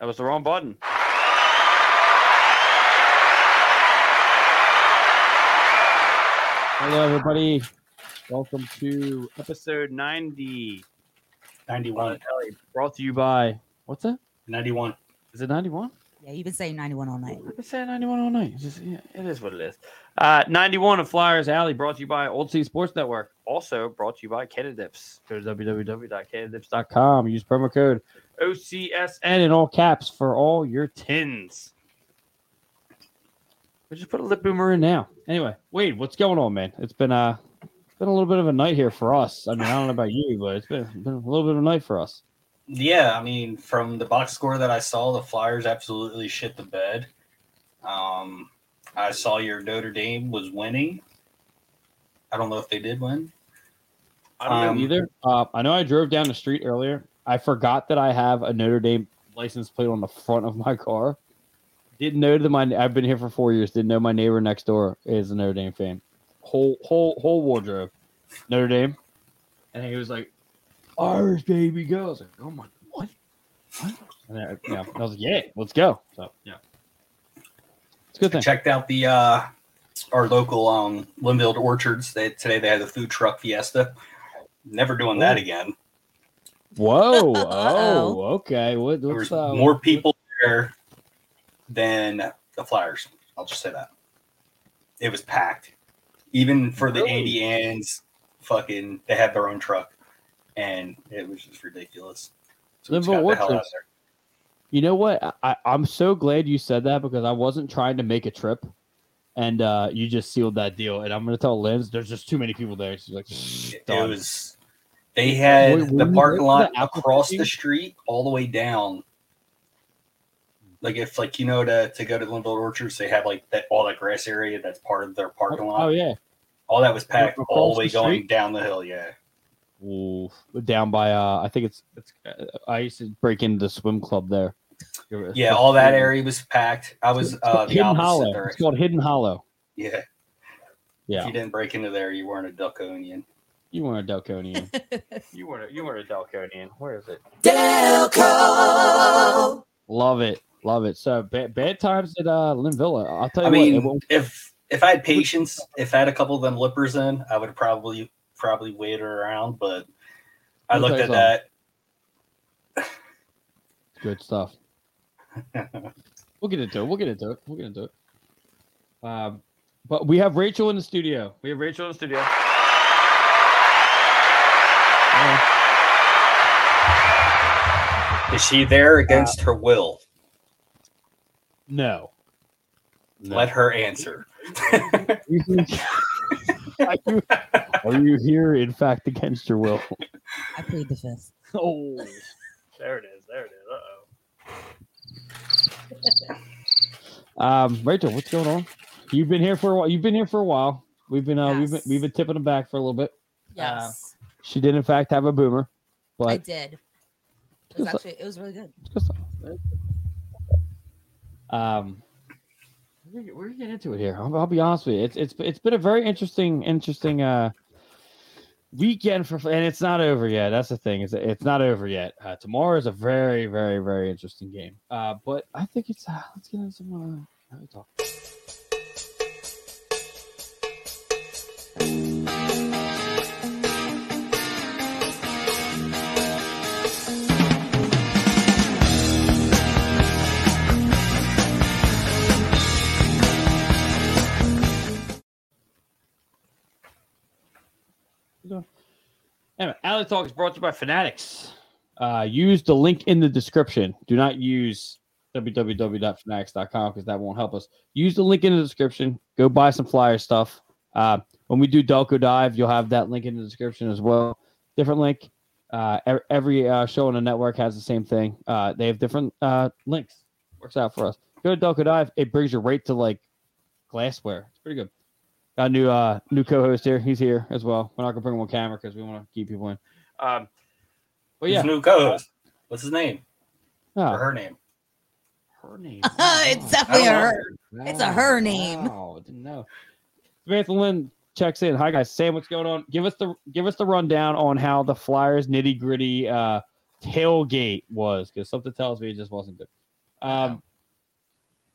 That was the wrong button. Hello, everybody. Welcome to episode 90. 91. Brought to you by, what's that? 91. Is it 91? Yeah, you've been saying 91 all night. I've been saying 91 all night. It's just, yeah, it oh is what it is. Uh, 91 of Flyers Alley brought to you by Old City Sports Network. Also brought to you by Canadips. Go to www.canadips.com. Use promo code OCSN in all caps for all your tins. We just put a lip boomer in now. Anyway, Wade, what's going on, man? It's been uh, it's been a little bit of a night here for us. I mean, I don't know about you, but it's been, been a little bit of a night for us. Yeah, I mean, from the box score that I saw, the Flyers absolutely shit the bed. Um, I saw your Notre Dame was winning. I don't know if they did win. I don't Um, know either. Uh, I know I drove down the street earlier. I forgot that I have a Notre Dame license plate on the front of my car. Didn't know that my I've been here for four years. Didn't know my neighbor next door is a Notre Dame fan. Whole whole whole wardrobe, Notre Dame. And he was like, "Irish baby go." I was like, "Oh my what?" What?" And I, yeah, I was like, "Yeah, let's go." So yeah, it's a good I thing. checked out the uh, our local um, Linfield Orchards. They, today they had the food truck fiesta. Never doing that again. Whoa! Oh, Uh-oh. okay. What, There what's was uh, more people there than the Flyers. I'll just say that. It was packed. Even for the Really? Andy Ann's fucking they had their own truck and it was just ridiculous. So we just Linville got the hell out of Orchards. You know what? I- I, I'm so glad you said that because I wasn't trying to make a trip, and uh, you just sealed that deal. And I'm gonna tell Linz there's just too many people there. She's like, there. It- It done. was they had Wait, were the you parking there for lot the apple across the picking? street all the way down. Like if like you know to, to go to Linville Orchards, they have like that all that grass area that's part of their parking lot. oh yeah, All that was packed Across all the way the going street? down the hill, yeah. Ooh, down by uh, I think it's it's. uh, I used to break into the swim club there. Yeah, all that area was packed. I was It's called uh, the Hidden opposite Hollow. It's direction. called Hidden Hollow. Yeah, if Yeah, you didn't break into there, you weren't a Duckonian. you weren't a Delconian. You weren't. A, you weren't a Duckonian. Where is it? Delco. Love it, love it. So bad, bad times at uh, Lynn Villa. I'll tell you I what, it mean, won't- if if I had patience, if I had a couple of them lippers in, I would probably probably wait around. But I Let me looked at tell that. Good stuff. we'll get into it. We'll get into it. We'll get into it. Um, but we have Rachel in the studio. We have Rachel in the studio. Yeah. Is she there against Uh, her will? No. No. Let her answer. Are you- are you here, in fact, against your will? I plead the fifth. Oh, There it is. There it is. Uh-oh. um, Rachel, what's going on? You've been here for a while. You've been here for a while. We've been, uh, we've been, Yes. we've been tipping them back for a little bit. Yes, She did, in fact, have a boomer, I but did. It Just was like- actually it was really good. Um, we're, we're getting into it here. I'll, I'll be honest with you. It's it's it's been a very interesting interesting uh weekend for, and it's not over yet. That's the thing is that it's not over yet. Uh, tomorrow is a very very very interesting game. Uh, but I think it's uh, let's get into some uh, hockey talk. Anyway, Alley Talk is brought to you by Fanatics. Uh, use the link in the description. Do not use www.fanatics.com because that won't help us. Use the link in the description. Go buy some flyer stuff. Uh, when we do Delco Dive, you'll have that link in the description as well. Different link. Uh, e- every uh, show on the network has the same thing. Uh, they have different uh, links. Works out for us. Go to Delco Dive. It brings you right to like glassware. It's pretty good. Got a new uh new co-host here. He's here as well. We're not gonna bring him on camera because we want to keep people in. Um, but His yeah, new co-host. What's his name? Or Ah, her name? her name. Oh. it's definitely a her. it's a her name. Wow, I didn't know. Samantha Lynn checks in. Hi guys, Sam, what's going on? Give us the give us the rundown on how the Flyers nitty gritty uh tailgate was because something tells me it just wasn't good. Um,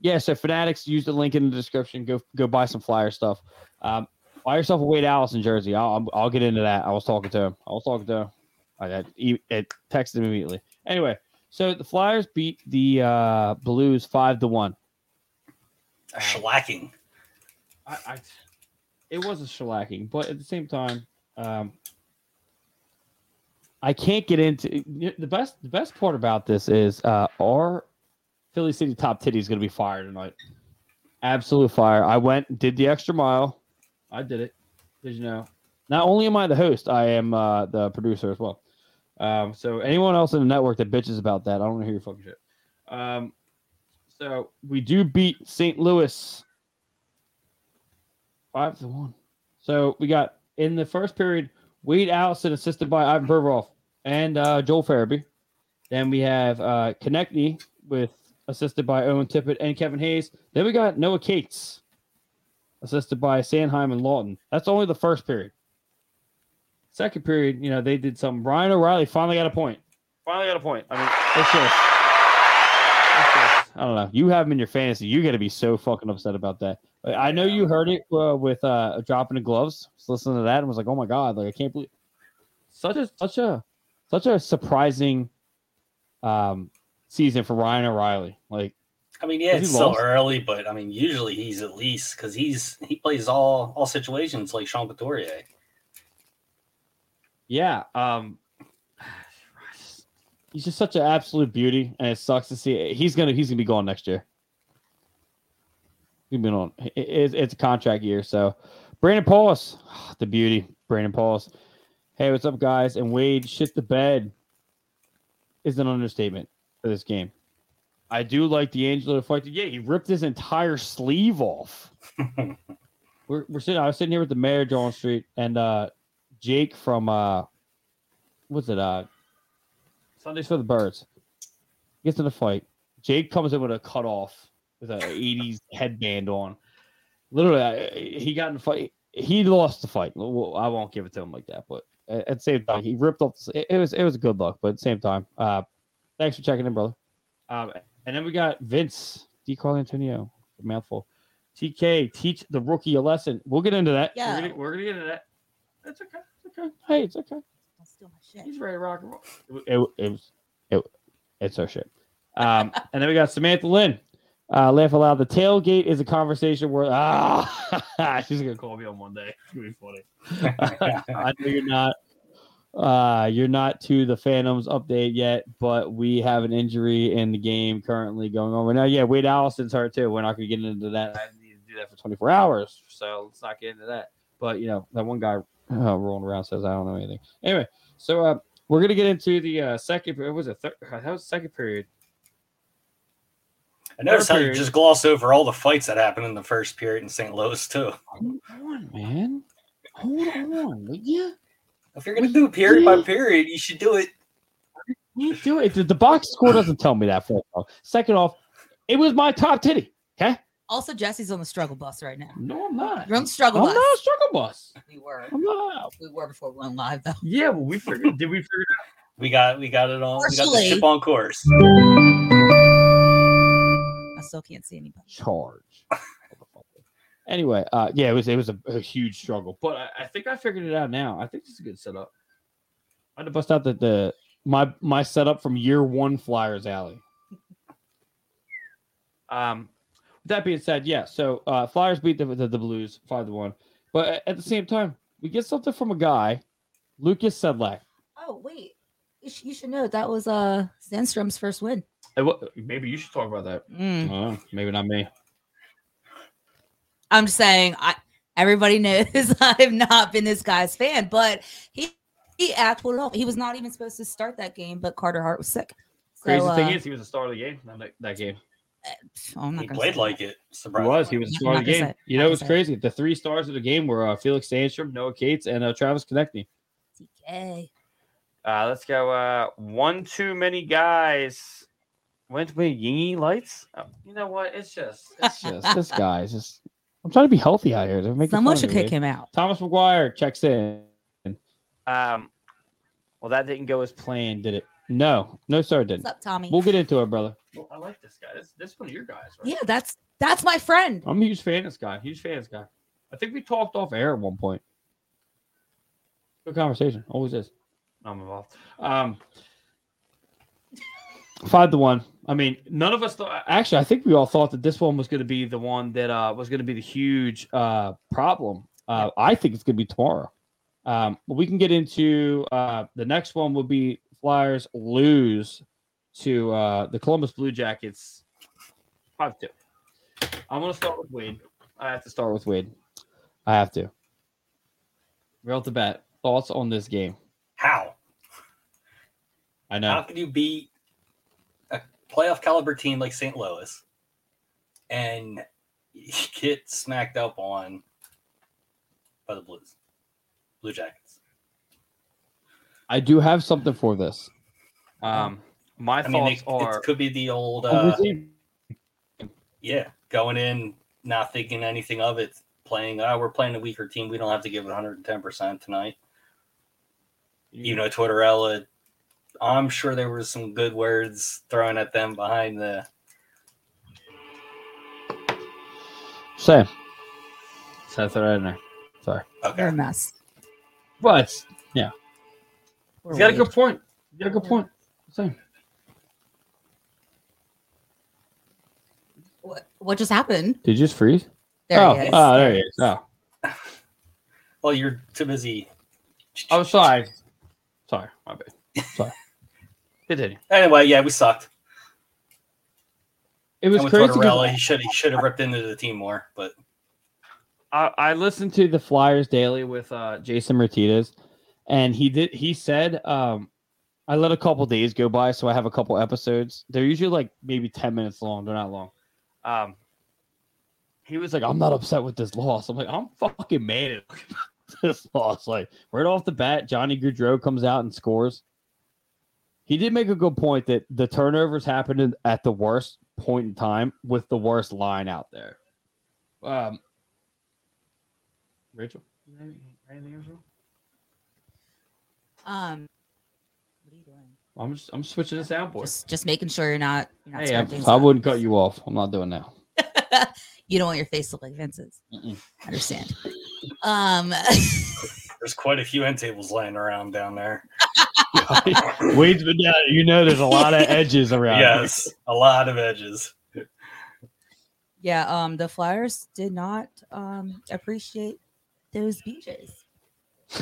yeah, so Fanatics, use the link in the description. Go go buy some flyer stuff. Um, buy yourself a Wade Allison jersey. I'll, I'll- I'll get into that. I was talking to him. I was talking to him. I got he, it texted him immediately. Anyway, so the Flyers beat the uh, Blues five to one. A shellacking. I, I it was a shellacking, but at the same time, um, I can't get into the best. The best part about this is uh, our Philly City top titty is going to be fire tonight. Absolute fire! I went, did the extra mile. I did it. Did you know? Not only am I the host, I am uh, the producer as well. Um, so anyone else in the network that bitches about that, I don't want to hear your fucking shit. Um, so we do beat St. Louis Five to one. So we got in the first period, Wade Allison assisted by Ivan Provorov and uh, Joel Farabee. Then we have uh, Konechny with assisted by Owen Tippett and Kevin Hayes. Then we got Noah Cates assisted by Sanheim and Lawton. That's only the first period. Second period, you know, they did some. Ryan O'Reilly finally got a point. Finally got a point. I mean, it's just. it's just- I don't know. You have him in your fantasy. You got to be so fucking upset about that. I I know you heard it uh, with uh, dropping the gloves. Just listening to that and was like, "Oh my god!" Like I can't believe such a such a such a surprising um, season for Ryan O'Reilly. Like I mean, yeah, Is he it's still lost? early, but I mean, usually he's at least because he's he plays all all situations like Sean Couturier. Yeah. Um he's just such an absolute beauty and it sucks to see he's gonna he's gonna be gone next year. He's been on it- it's, it's a contract year, so Brandon Paulus, the beauty, Brandon Paulus. Hey, what's up, guys? And Wade, shit the bed is an understatement for this game. I do like D'Angelo to fight. Yeah, he ripped his entire sleeve off. we're, we're sitting. I was sitting here with the mayor, John Street, and uh, Jake from uh what's it uh Sundays for the Birds gets in the fight. Jake comes in with a cut off with an 80s headband on. Literally, I, he got in the fight. He lost the fight. Well, I won't give it to him like that, but at at the same time, he ripped off. The, it- it was it was good luck, but at the same time, uh, thanks for checking in, brother. Um, and then we got Vince D. Carl Antonio, mouthful. TK, teach the rookie a lesson. We'll get into that. Yeah. We're gonna, we're gonna get into that. That's okay. It's okay. Hey, it's okay. Don't steal my shit. ready to rock and roll. It, it was, it, it's our shit. Um, and then we got Samantha Lynn. Uh, laugh aloud. The tailgate is a conversation where ah, she's gonna call me on one day. It's gonna be funny. I know you're not. Uh, you're not to the Phantoms update yet, but we have an injury in the game currently going on right now. Yeah, Wade Allison's hurt too. We're not gonna get into that. I need to do that for 24 hours, so let's not get into that. But you know, that one guy uh, rolling around says I don't know anything. Anyway, so uh, we're gonna get into the uh, second. It was a third. That was second period. I noticed how you Third. just gloss over all the fights that happened in the first period in St. Louis too. Hold on, man. Hold on, would you? If you're gonna do period by period, you should do it. You do it. The, the box score doesn't tell me that. First off, second off, it was my top titty. Okay. Also, Jesse's on the struggle bus right now. No, I'm not. You're on the struggle I'm bus. not a struggle bus. We were. I'm not. We were before we went live, though. Yeah, well, we figured. did we figure? We got we got it on. We got the Partially. ship on course. I still can't see anybody. Charge. anyway, uh, yeah, it was it was a, a huge struggle, but I, I think I figured it out now. I think this is a good setup. I had to bust out the, the my my setup from year one Flyers Alley. Um, with that being said, yeah. So uh, Flyers beat the, the the Blues five to one, but a- at the same time, we get something from a guy, Lucas Sedlak. Oh, wait. You, sh- you should know that was uh Zenstrom's first win. Uh, what- Maybe you should talk about that. I don't Mm. know, Uh, maybe not me. I'm just saying, I everybody knows I've not been this guy's fan, but he he act pulled it off. He was not even supposed to start that game, but Carter Hart was sick. So, Crazy thing uh, is, he was a star of the game on that, that game. oh, I'm not He gonna played say like it. He Surprise. was. He was a I'm star of the not gonna game. say it. You Not know, it's gonna say it. crazy. The three stars of the game were uh, Felix Sandstrom, Noah Cates, and uh, Travis Konechny. that. TK. Uh, let's go. Uh, one too many guys. One too many yingy lights. Oh, you know what? It's just, it's just this guy. is just. I'm trying to be healthy out here. They're making Someone fun of should me, kick dude. him out. Thomas McGuire checks in. Um, well, that didn't go as planned, did it? No, no, sir, it What's didn't. up, Tommy? We'll get into it, brother. Well, I like this guy. This this one of your guys, right? Yeah, that's that's my friend. I'm a huge fan of this guy. Huge fan of this guy. I think we talked off air at one point. Good conversation. Always is. I'm involved. Um, five to one. I mean, none of us thought. Actually, I think we all thought that this one was going to be the one that uh, was going to be the huge uh, problem. Uh, I think it's going to be tomorrow. Um, but we can get into uh, the next one. Will be Flyers lose to uh, the Columbus Blue Jackets five two. I'm going to start with Wade. I have to start with Wade. I have to. Right off the bat, thoughts on this game? How? I How know. can you beat a playoff caliber team like St. Louis and you get smacked up on by the Blues, Blue Jackets? I do have something for this. Um, my I mean, thoughts it, are it could be the old, uh, yeah, going in, not thinking anything of it, playing, oh, we're playing a weaker team. We don't have to give it 110% tonight. you know, Tortorella. I'm sure there were some good words thrown at them behind the. Sam. Seth right in there. Sorry, They're a Okay. mess. but yeah, Poor he's got a Wade. good point. He's got a good point. Same. What, what just happened? Did you just freeze? There oh, he is. oh, there he is. Oh, Well, "Oh, you're too busy. I'm Oh, sorry. Sorry, my bad. Sorry. Continue. Anyway, yeah, we sucked. It was and with crazy. 'cause Tortorella, he should he should have ripped into the team more, but I, I listened to the Flyers Daily with uh, Jason Martinez, and he did. He said, um, "I let a couple days go by, so I have a couple episodes. They're usually like maybe ten minutes long. They're not long." Um, he was like, "I'm not upset with this loss." I'm like, "I'm fucking mad at this loss." Like right off the bat, Johnny Gaudreau comes out and scores. He did make a good point that the turnovers happened at the worst point in time with the worst line out there. Um, Rachel. Um, what are you doing? I'm just I'm switching the soundboard. Just, just making sure you're not. You're not hey, screwing I, things I up. wouldn't cut you off. I'm not doing that. you don't want your face to look like Vince's. Mm-mm. Understand? Um, there's quite a few end tables laying around down there. Weeds, but yeah, you know, there's a lot of edges around. Yes, a lot of edges. yeah. Um, the Flyers did not um appreciate those beaches.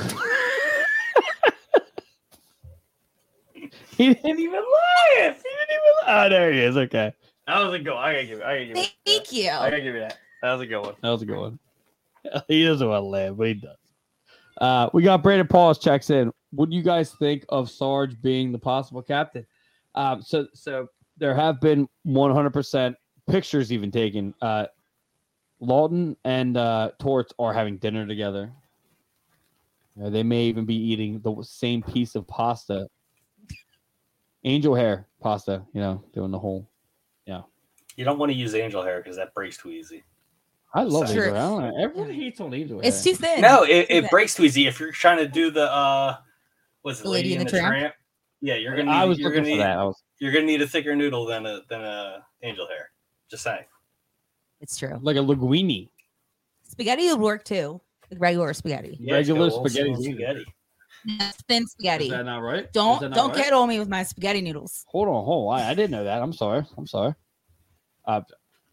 he didn't even laugh. He didn't even. Laugh. Oh, there he is. Okay, that was a good. One. I gotta give. I gotta give. Thank it. you. gotta give you that. That was a good one. That was a good one. He doesn't want to laugh, but he does. Uh, we got Brandon Pauls checks in. What do you guys think of Sarge being the possible captain? Um, so, so there have been 100% pictures even taken. Uh, Lawton and uh, Torts are having dinner together. You know, they may even be eating the same piece of pasta, angel hair pasta. You know, doing the whole. You don't want to use angel hair because that breaks too easy. I love True. angel. hair. I don't know. Everyone hates on angel hair. It's too thin. No, it, it Okay. breaks too easy if you're trying to do the uh, was it Lady, in the, Tramp? Yeah, you're gonna. Need, I was you're looking gonna for need, that. I was You're gonna need a thicker noodle than a than a angel hair. Just saying. It's true. like a linguine. Spaghetti would work too. Like regular spaghetti. Yeah, Regular it's got a spaghetti little small noodle. Thin spaghetti. Is that not right? Is Don't that not don't right? get on me with my spaghetti noodles. Hold on, hold on. I, I didn't know that. I'm sorry. I'm sorry. Uh,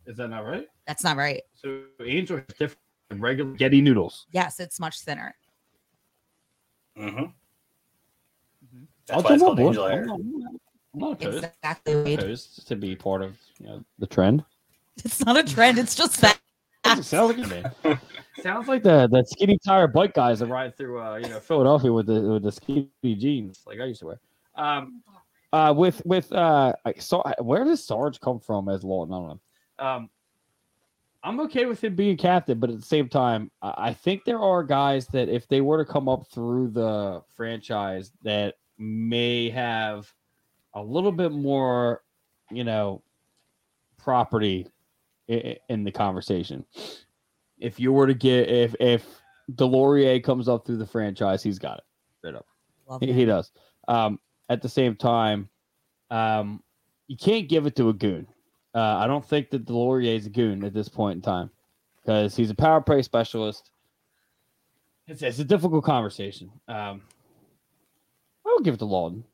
is that not right? That's not right. So angel is different than regular Getty noodles. Yes, it's much thinner. Mm-hmm. Mhm. That's why it's called angel I'm hair. not, I'm not opposed. Exactly. I'm not Wade. opposed to be part of you know, the trend. It's not a trend. It's just that. That's what it sounds like to me. sounds like the, the skinny tire bike guys that ride through uh, you know Philadelphia with the with the skinny jeans like I used to wear. Um, uh, with with uh, I saw where does Sarge come from as Lawton? I don't know. Um, I'm okay with him being captain, but at the same time, I, I think there are guys that if they were to come up through the franchise that may have a little bit more, you know, property i- in the conversation. If you were to get if if Delorier comes up through the franchise, he's got it straight up. Love He, that. he does. Um, at the same time, um, you can't give it to a goon. Uh, I don't think that Delorier is a goon at this point in time because he's a power play specialist. It's, it's a difficult conversation. Um, I would give it to Lawton.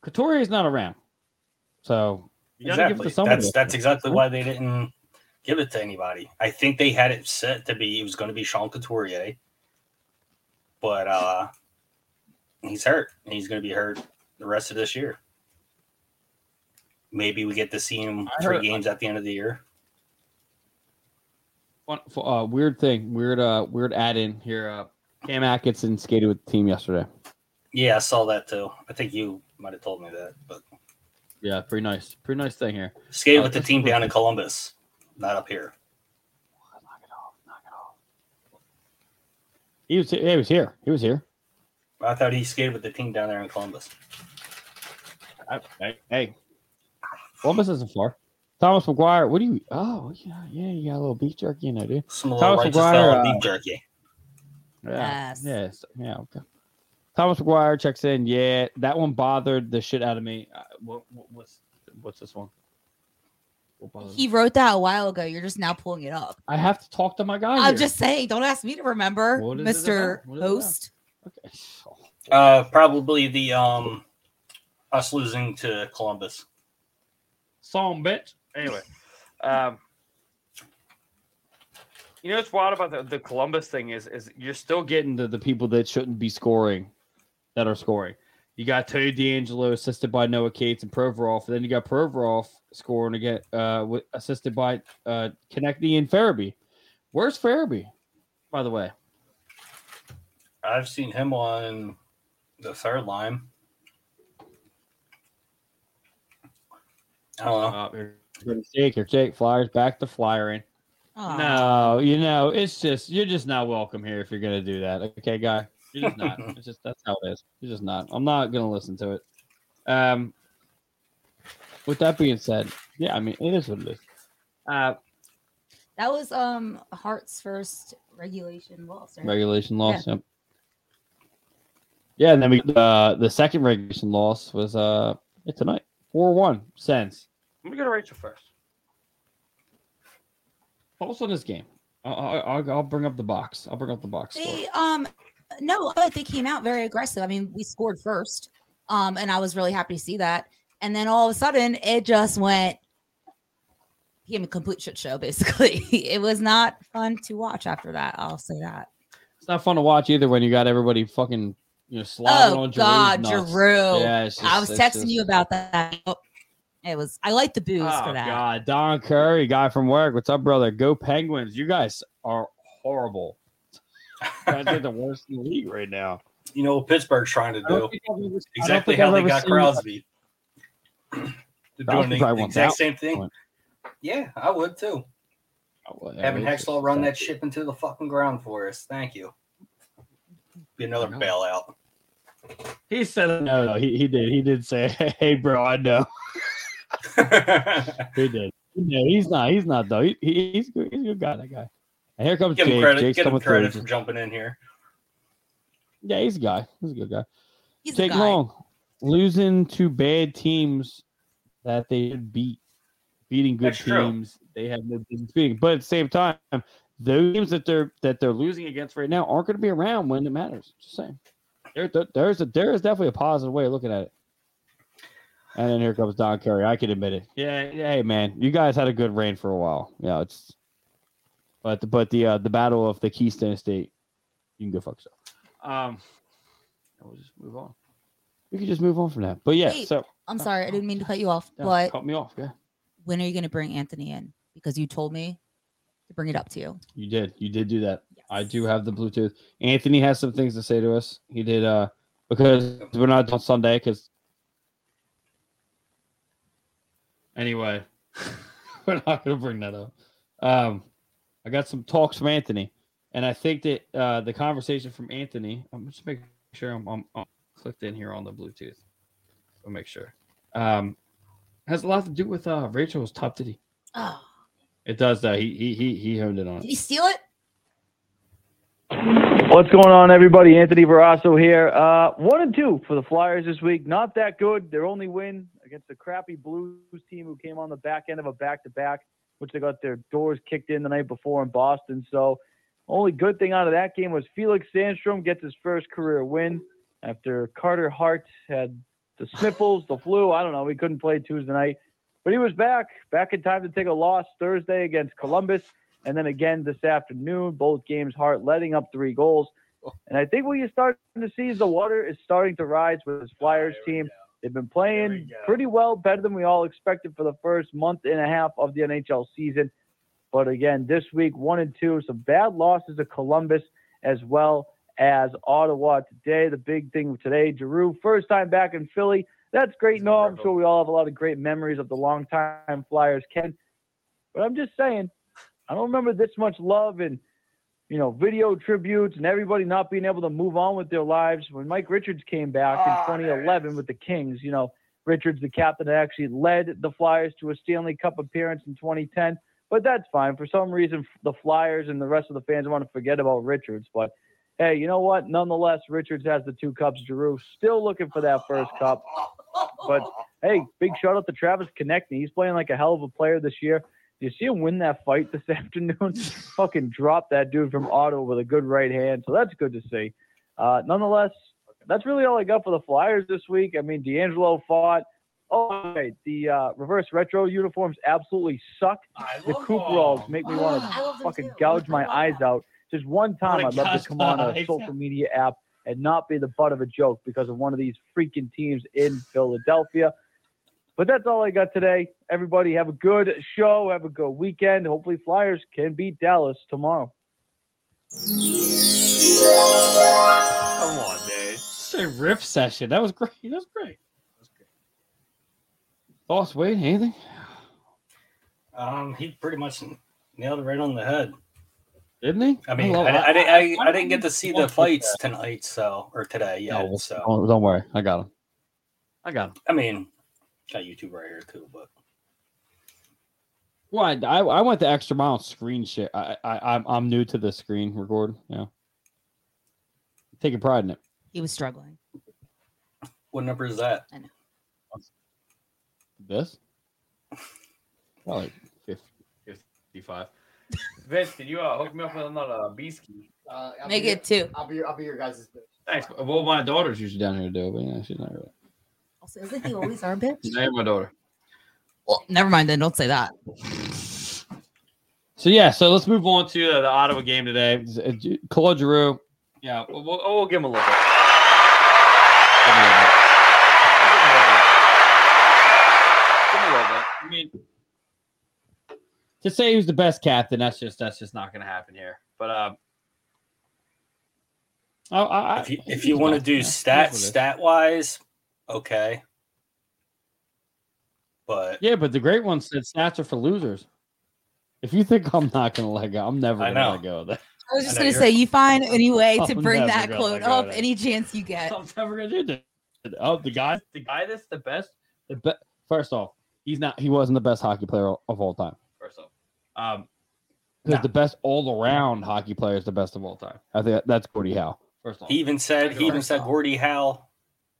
Couturier is not around, so you gotta give it Exactly. to somebody. That's that's exactly why they didn't give it to anybody. I think they had it set to be it was going to be Sean Couturier, but uh, he's hurt. and He's going to be hurt the rest of this year. Maybe we get to see him I three heard- games at the end of the year. Fun, fu- uh, weird thing, weird, uh, weird add in here. Uh, Cam Atkinson skated with the team yesterday. Yeah, I saw that too. I think you might have told me that, but Yeah, pretty nice, pretty nice thing here. skate Uh, with the that's team cool. down in Columbus, not up here. Knock it off, knock it off. He was, he was here, he was here. I thought he skated with the team down there in Columbus. I, hey, hey, Columbus isn't far. Thomas McGuire, what do you? Oh, yeah, yeah, you got a little beef jerky in there, dude. Some of Thomas the righteous McGuire, fell uh, beef jerky. Yeah, Yes. yes, yeah, okay. Thomas McGuire checks in. Yeah, that one bothered the shit out of me. Uh, what, what, what's what's this one? What bothered He me? wrote that a while ago. You're just now pulling it up. I have to talk to my guy. I'm here. just saying, don't ask me to remember, Oh, What is it Mr. about? What is it about? Host. Okay. Uh, probably the um, us losing to Columbus. song, bitch. Anyway, um, you know what's wild about the, the Columbus thing is is you're still getting to the people that shouldn't be scoring that are scoring. You got Tony D'Angelo assisted by Noah Cates and Provorov, and then you got Provorov scoring again, uh, wi- assisted by uh, Konechny and Farabee. Where's Farabee, by the way? I've seen him on the third line. I don't know. Uh, Jake, here, Jake, Flyers back to flyering. Aw. No, you know, it's just you're just not welcome here if you're gonna do that. Okay, guy. You're just not. it's just that's how it is. You're just not. I'm not gonna listen to it. Um with that being said, yeah, I mean it is what it is. Uh That was um Hart's first regulation loss. Right? regulation loss, yep. Yeah, and then we uh the second regulation loss was uh yeah, tonight. Four one cents. Let me go to Rachel first. Thoughts on this game? I, I, I'll, I'll bring up the box. I'll bring up the box. score. They um no, but they came out very aggressive. I mean, we scored first. Um, and I was really happy to see that. And then all of a sudden it just went became a complete shit show, basically. it was not fun to watch after that. I'll say that. It's not fun to watch either when you got everybody fucking you know slobbing oh on Giroux's god, nuts. Giroux. Yeah, it's I was just- it's texting just- you about that. Oh, It was I like the booze Oh for that. god, Don Curry, guy from work. What's up, brother? Go Penguins! You guys are horrible. Guys are the worst in the league right now. You know what Pittsburgh's trying to I don't do? think I've ever- I don't Exactly think how I've they ever got seen- Crosby. They're doing Crosby probably the wants exact out. same thing. Point. Yeah, I would too. Oh, yeah, Having it's Hextall run that just- ship into the fucking ground for us. Thank you. Be another I know. bailout. He said no. no he, he did. He did say, "Hey, bro, I know." Give He did. No, he's not. He's not though. He, he- he's good. He's a good guy. That guy. And here comes him Jake. credit. Jake's Give him coming credit through. for jumping in here. Yeah, he's a guy. He's a good guy. He's a Take guy. long losing to bad teams that they should beat, beating good That's true. teams they have no business beating. But at the same time, those teams that they're that they're losing against right now aren't going to be around when it matters. Just saying, there, there- there's a there is definitely a positive way of looking at it. And then here comes Don Curry. I can admit it. Yeah, yeah, hey man, you guys had a good reign for a while. Yeah, it's but the, but the uh, the battle of the Keystone State, you can go fuck yourself. Um, and we'll just move on. We can just move on from that. But yeah, Wait, so I'm sorry, I didn't mean to cut you off, yeah, but cut me off. Yeah, when are you going to bring Anthony in? Because you told me to bring it up to you. you did. You did do that. I do Yes. have the Bluetooth. Anthony has some things to say to us. He did uh because we're not on Sunday because anyway, we're not gonna bring that up. Um I got some talks from Anthony, and I think that uh the conversation from Anthony. I'm just making sure I'm, I'm, I'm clicked in here on the Bluetooth. I'll make sure. Um has a lot to do with uh Rachel's top titty. Oh, It does though. He he he he honed it on. did he steal it? What's going on, everybody? Anthony Barrasso here. Uh, one and two for the Flyers this week. Not that good. Their only win against a crappy Blues team who came on the back end of a back to back, which they got their doors kicked in the night before in Boston. So, only good thing out of that game was Felix Sandstrom gets his first career win after Carter Hart had the sniffles, the flu. I don't know. He couldn't play Tuesday night, but he was back, back in time to take a loss Thursday against Columbus. And then again this afternoon, both games, Hart letting up three goals. And I think what you're starting to see is the water is starting to rise with this Flyers There we team. go. They've been There we playing go. pretty well, better than we all expected for the first month and a half of the NHL season. But again, this week, one and two, some bad losses to Columbus as well as Ottawa today. The big thing today, Giroux, first time back in Philly. That's great. No, I'm sure we all have a lot of great memories of the longtime Flyers, Ken. But I'm just saying, I don't remember this much love and you know video tributes and everybody not being able to move on with their lives. When Mike Richards came back Ah, there in it 2011 is. with the Kings, you know Richards, the captain, that actually led the Flyers to a Stanley Cup appearance in 2010. But that's fine. For some reason, the Flyers and the rest of the fans want to forget about Richards. But hey, you know what? Nonetheless, Richards has the two cups. Giroux still looking for that first cup. But hey, big shout out to Travis Konechny. He's playing like a hell of a player this year. Did you see him win that fight this afternoon? Fucking dropped that dude from Ottawa with a good right hand. So that's good to see. Uh, nonetheless, that's really all I got for the Flyers this week. I mean, D'Angelo fought. Oh, wait, the uh, reverse retro uniforms absolutely suck. I The love Coop all. rolls make me want to Ah. I love them Oh, fucking too. gouge my eyes out. Just one time, Wanna I'd love gouge to come my on a eyes social media app and not be the butt of a joke because of one of these freaking teams in Philadelphia. But that's all I got today. Everybody, have a good show. Have a good weekend. Hopefully, Flyers can beat Dallas tomorrow. Come on, dude. It's a riff session. That was great. That was great. Thoughts, Wade? Anything? Um, he pretty much nailed it right on the head. Didn't he? I mean, love- I, I, didn't- I, I, Oh, I didn't get to see the love fights tonight, so or today, yeah. No, so don't, don't worry. I got him. I got him. I mean, got YouTube right here too, but Well, I, I, I went the extra mile on screen share. I, I, I'm, I'm new to the screen recording. Yeah. Taking pride in it. He was struggling. what number is that? This? Probably 50, 55. Vince, can you uh, hook me up with another uh, Beesky? Uh, I'll Make be it two. I'll be. I'll be your guys' bitch. Thanks. Well, my daughter's usually down here to do it, but yeah, she's not really. Also, isn't he always our bitch? She's not my daughter. Well, never mind then. Don't say that. So yeah, so let's move on to uh, the, the Ottawa game today. Uh, G- Claude Giroux. Yeah, we'll, we'll, we'll give him a little bit. Give him a little bit. Give him a little bit. I mean, to say he was the best captain, that's just that's just not going to happen here. But um, I, I, If you, if you want to do stat stat wise, okay. But yeah, but the great one said stats are for losers. If you think I'm not going to let go, I'm never I going to know. let go of that. I was just know gonna you're- say, you find any way to Oh, bring never that gonna quote go up there. any chance you get. I'm never gonna do that. Oh, the guy, the guy that's the best, the best. First off, he's not. He wasn't the best hockey player of all time. First off, um, because Nah. the best all around hockey player is the best of all time. I think that's Gordie Howe. First off, he even said he even said Microsoft. Gordy Howe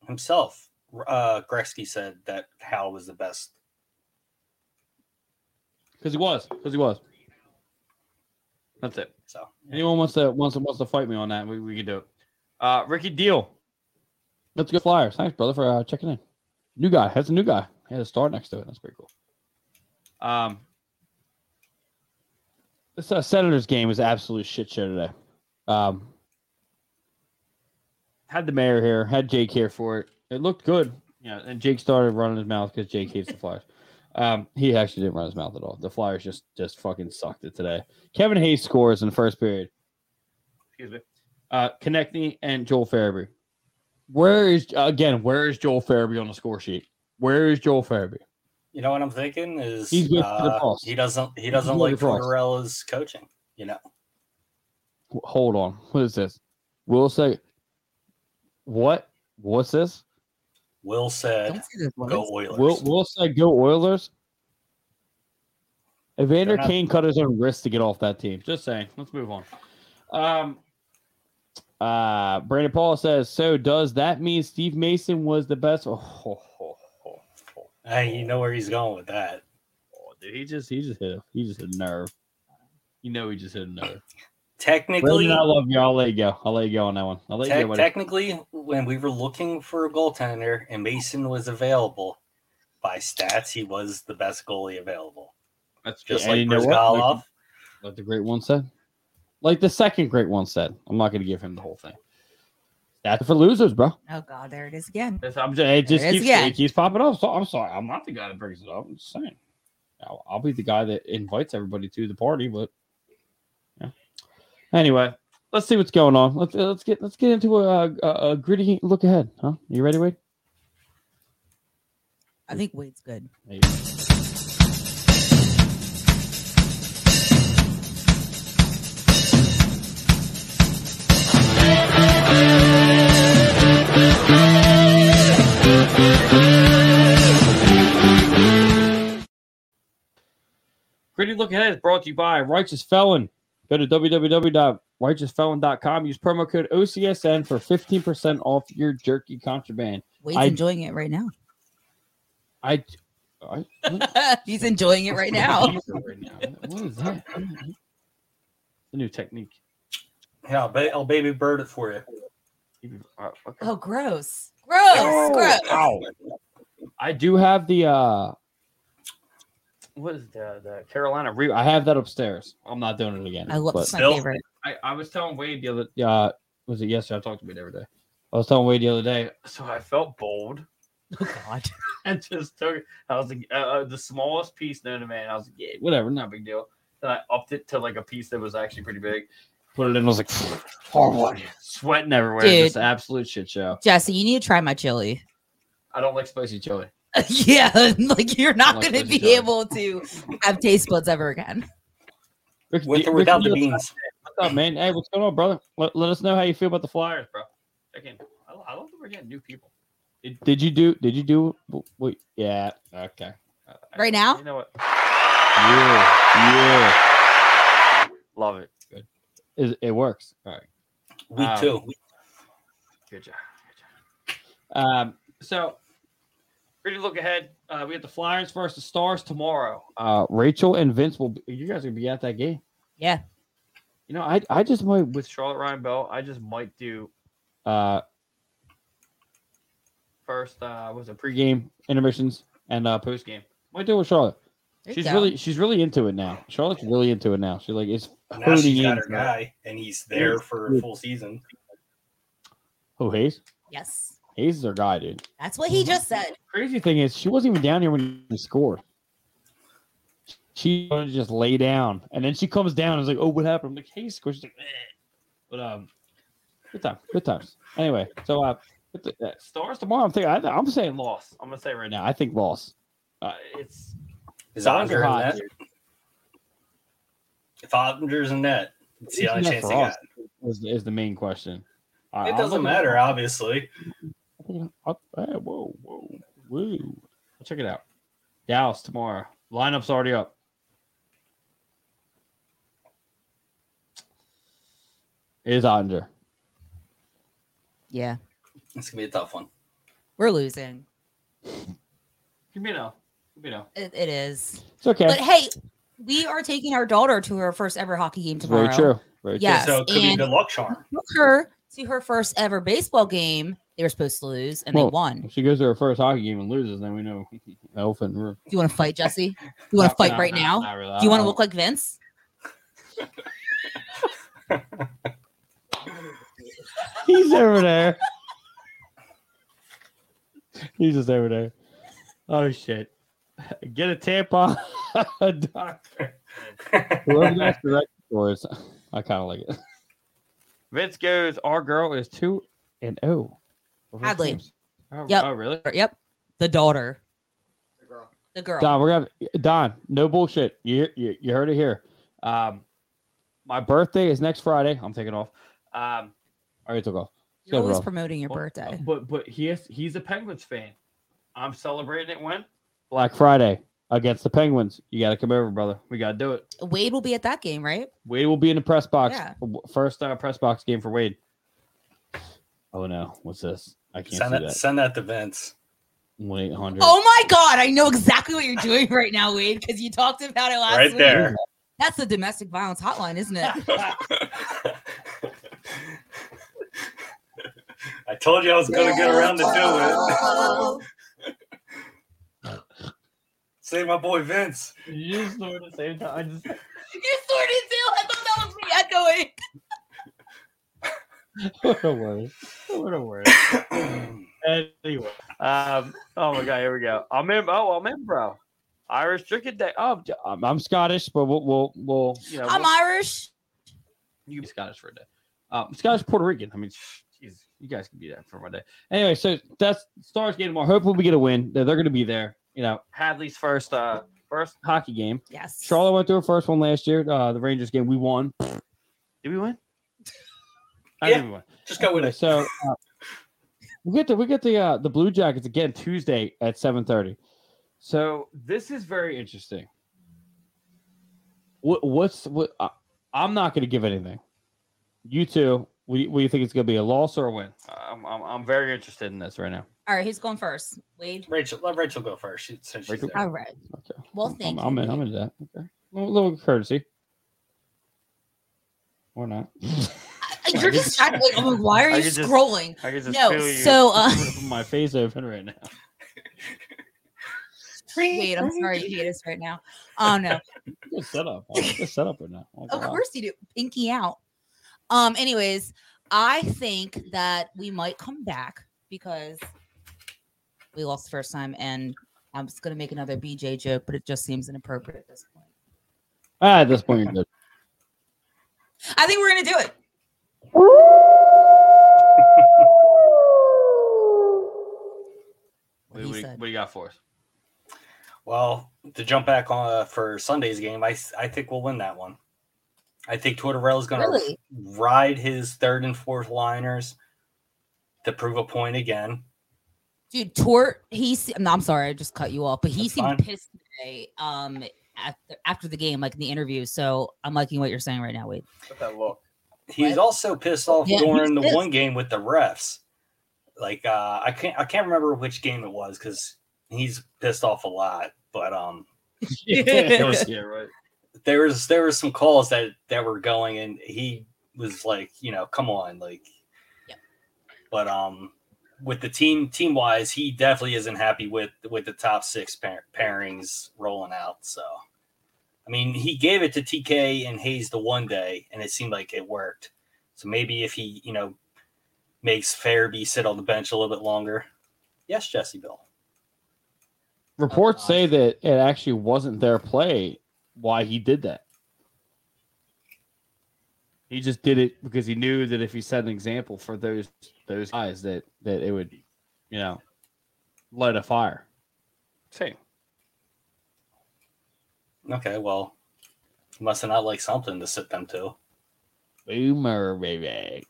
himself. Uh, Gretzky said that Howe was the best. because he was, because he was. That's it. So Anyone wants to wants to, wants to fight me on that? We, we can do it. Uh, Ricky Deal. Let's go Flyers. Thanks, brother, for uh, checking in. New guy. That's a new guy. He had a star next to it. That's pretty cool. Um, this uh, Senators game was absolute shit show today. Um, had the mayor here. Had Jake here for it. It looked good. Yeah, and Jake started running his mouth because Jake hates the Flyers. Um, he actually didn't run his mouth at all. The Flyers just just fucking sucked it today. Kevin Hayes scores in the first period. Excuse me. Uh, Konechny and Joel Farabee. Where is again? Where is Joel Farabee on the score sheet? Where is Joel Farabee? you know what I'm thinking is He's with uh, the boss. he doesn't he doesn't with like the boss. Tortorella's coaching. You know, W- Hold on. What is this? Will say, what? What's this? Will Don't said say those words. go Oilers. Will Will say go Oilers? Evander They're not- Kane cut his own wrist to get off that team. Just saying. Let's move on. Um, uh, Brandon Paul says, so does that mean Steve Mason was the best? Oh, ho, ho, ho, ho. Hey, you know where he's going with that. Oh, dude, he just he just hit a, he just hit a nerve. You know he just hit a nerve. Technically, Brandon, I love you. I'll let you go. I'll let you go on that one. I'll let you Tec- go. with it. technically, when we were looking for a goaltender and Mason was available, by stats, he was the best goalie available. That's Just yeah, like and you know what? Brizgalov. Like the great one said. Like the second great one said. I'm not going to give him the whole thing. That's for losers, bro. Oh God, there it is again. That's- I'm just, it just There it is keeps, again. it keeps popping up. So I'm sorry. I'm not the guy that brings it up. I'm just saying. I'll, I'll be the guy that invites everybody to the party, but yeah. Anyway, let's see what's going on. Let's let's get let's get into a, a, a gritty look ahead. Huh? You ready, Wade? I think Wade's good. There you go. Gritty Look Ahead is brought to you by Righteous Felon. Go to www.righteousfelon.com. Use promo code OCSN for 15% off your jerky contraband. Wade's I- enjoying it right now. I. I He's enjoying it right now. Right now. What is that? The new technique. Yeah, I'll, ba- I'll baby bird it for you. Uh, okay. Oh, gross. Gross. Oh. Gross. I do have the uh what is the the Carolina re- I have that upstairs. I'm not doing it again. I love but- it's my Still- favorite. I, I was telling Wade the other uh was it yesterday? I talked to Wade every day. I was telling Wade the other day, So I felt bold Oh God. and just took. it. I was like, uh, uh, the smallest piece known to man. I was like, yeah, whatever, not a big deal. Then I upped it to like a piece that was actually pretty big. Put it in, I was like Oh, horrible. Sweating everywhere, Dude. just absolute shit show. Jesse, you need to try my chili. I don't like spicy chili. yeah, like you're not Like going to veggie be chili. able to have taste buds ever again. Rick, With D- or Rick, without the what's beans. up, man? Hey, what's going on, brother? Let, let us know how you feel about the Flyers, bro. Check in. I, lo- I love that we're getting new people. Did, did you do? Did you do? Wait, yeah. Okay. Uh, I- Right now? you know what? Yeah. Yeah. Love it. It, it works. All right. Week Um, two. Good job. Good job. Um, so, ready to look ahead. Uh, we have the Flyers versus the Stars tomorrow. Uh, Rachel and Vince will. Be, you guys are gonna be at that game. Yeah. You know, I I just might. With Charlotte Ryan Bell, I just might do Uh, first. Uh, what was it pregame? pregame intermissions and uh, post game. Might do it with Charlotte. There you she's go. really she's really into it now. Charlotte's really into it now. She like is Now honing she's in. got her guy, and he's there for a full season. Who oh, Hayes? yes. Hayes is her guy, dude. That's what he Mm-hmm. just said. crazy thing is she wasn't even down here when he scored. She wanted to just lay down, and then she comes down and is like, "Oh, what happened?" I'm like, "Hey, score." She's like, "Eh." "But um, good time, good times." Anyway, so uh, with the- uh, stars tomorrow. I'm thinking, I, I'm saying loss. I'm gonna say right now, I think loss. Uh, It's Stars are Zonder in hot, that. dude. If Ottinger's in net, it's the Isn't only that chance for he got. us? is, is the main question. I- It I'm doesn't looking- matter, obviously. I'm thinking, I'll- hey, whoa, whoa, whoa! I'll check it out. Dallas tomorrow. Lineup's already up. It Is Ottinger. Yeah. It's gonna be a tough one. We're losing. Camino. Camino. It, it is. It's okay. But hey, we are taking our daughter to her first ever hockey game it's tomorrow. very true. Very Yeah. Yes, so it could be and- good luck charm. Took her to her first ever baseball game. They were supposed to lose and Well- they won. true. Do If she goes to her first hockey game and loses, then we know elephant. room. you want to fight, Jesse? You want to fight right now? Do you want to look like Vince? He's over there. He's just over there. Oh shit! Get a tampon, doctor. Whoever that's directed towards, I kind of like it. Vince goes. Our girl is two and oh. Over Hadley. teams. Oh, Yep. oh, really? Yep. The daughter. The girl. Don, we're gonna Don. No bullshit. You you, you heard it here. Um, my birthday is next Friday. I'm taking off. I Um, already took off. You're always Girl. promoting your Well, Uh, birthday. But but he is, he's a Penguins fan. I'm celebrating it when Black Friday against the Penguins. You got to come over, brother. We got to do it. Wade will be at that game, right? Wade will be in the press box. Yeah. First uh, press box game for Wade. Oh no, what's this? I can't Send see that, that. send that to Vince. one eight hundred. Oh my God, I know exactly what you're doing right now, Wade, because you talked about it last right week. there. That's the domestic violence hotline, isn't it? I told you I was going to get around to do it. Say my boy Vince. You just snore at the same time. I just you sort of do. I thought that was me echoing. what a word! What a word! Anyway, Um, oh my god, here we go. I'm in. Oh, I'm in, bro. Irish Cricket Day. Oh, j- I'm, I'm Scottish, but we'll we'll, we'll you know, I'm Irish. you can be Scottish for a day. Um, Scottish Puerto Rican. I mean, jeez. you guys can be that for one day. Anyway, so that's Stars game tomorrow. Hopefully, we get a win. They're, they're going to be there. You know, Hadley's first, uh, first. hockey game. Yes. Charlotte went through her first one last year. Uh, the Rangers game, we won. Did we win? I Yeah. think we won. Just go with Okay, it. so uh, we get the we get the uh, the Blue Jackets again Tuesday at seven thirty. So this is very interesting. What what's what? Uh, I'm not going to give anything. You two, what do you, what do you think it's going to be? A loss or a win? I'm, I'm, I'm very interested in this right now. All right, who's going first? Wade. Rachel, let Rachel go first. She, since she's Rachel? there. All right. Okay. Well, I'm- thank I'm, you. in. I'm into that. Okay. A little, little courtesy. Or not. Uh, You're just I'm like, oh, why are I you could just- scrolling? I can just No, feel you. so uh, I'm gonna put my face open right now. Wade, I'm sorry you hate us right now. Oh no. Good setup. huh? Good setup right now. Oh, Of wow. course you do. Pinky out. Um, anyways, I think that we might come back because we lost the first time and I'm just gonna make another BJ joke, but it just seems inappropriate at this point. Ah, at this point, you're good. I think we're gonna do it. What What, do he you- said. what do you got for us? Well, to jump back on uh, for Sunday's game, I s- I think we'll win that one. I think Tortorella is going to Really? ride his third and fourth liners to prove a point again. Dude, Tort, he se- no, I'm sorry, I just cut you off, but he That's seemed fine. pissed today. Um after, after the game, like in the interview. So I'm liking what you're saying right now, Wade. What that look? He's What? also pissed off Yeah, during he's the pissed. one game with the refs. Like uh, I can't I can't remember which game it was because he's pissed off a lot. But um, Yeah. Yeah, right. there was there was some calls that that were going, and he was like, you know, come on, like. Yep. But um, with the team team wise, he definitely isn't happy with with the top six pair, pairings rolling out. So, I mean, he gave it to TK and Hayes the one day, and it seemed like it worked. So maybe if he, you know, makes Fairby sit on the bench a little bit longer. Yes, Jesse Bill. Reports Uh, say that it actually wasn't their play why he did that. He just did it because he knew that if he set an example for those those guys that that it would, you know, light a fire. Same. Okay, well, he must have not like something to sit them to. Boomer baby.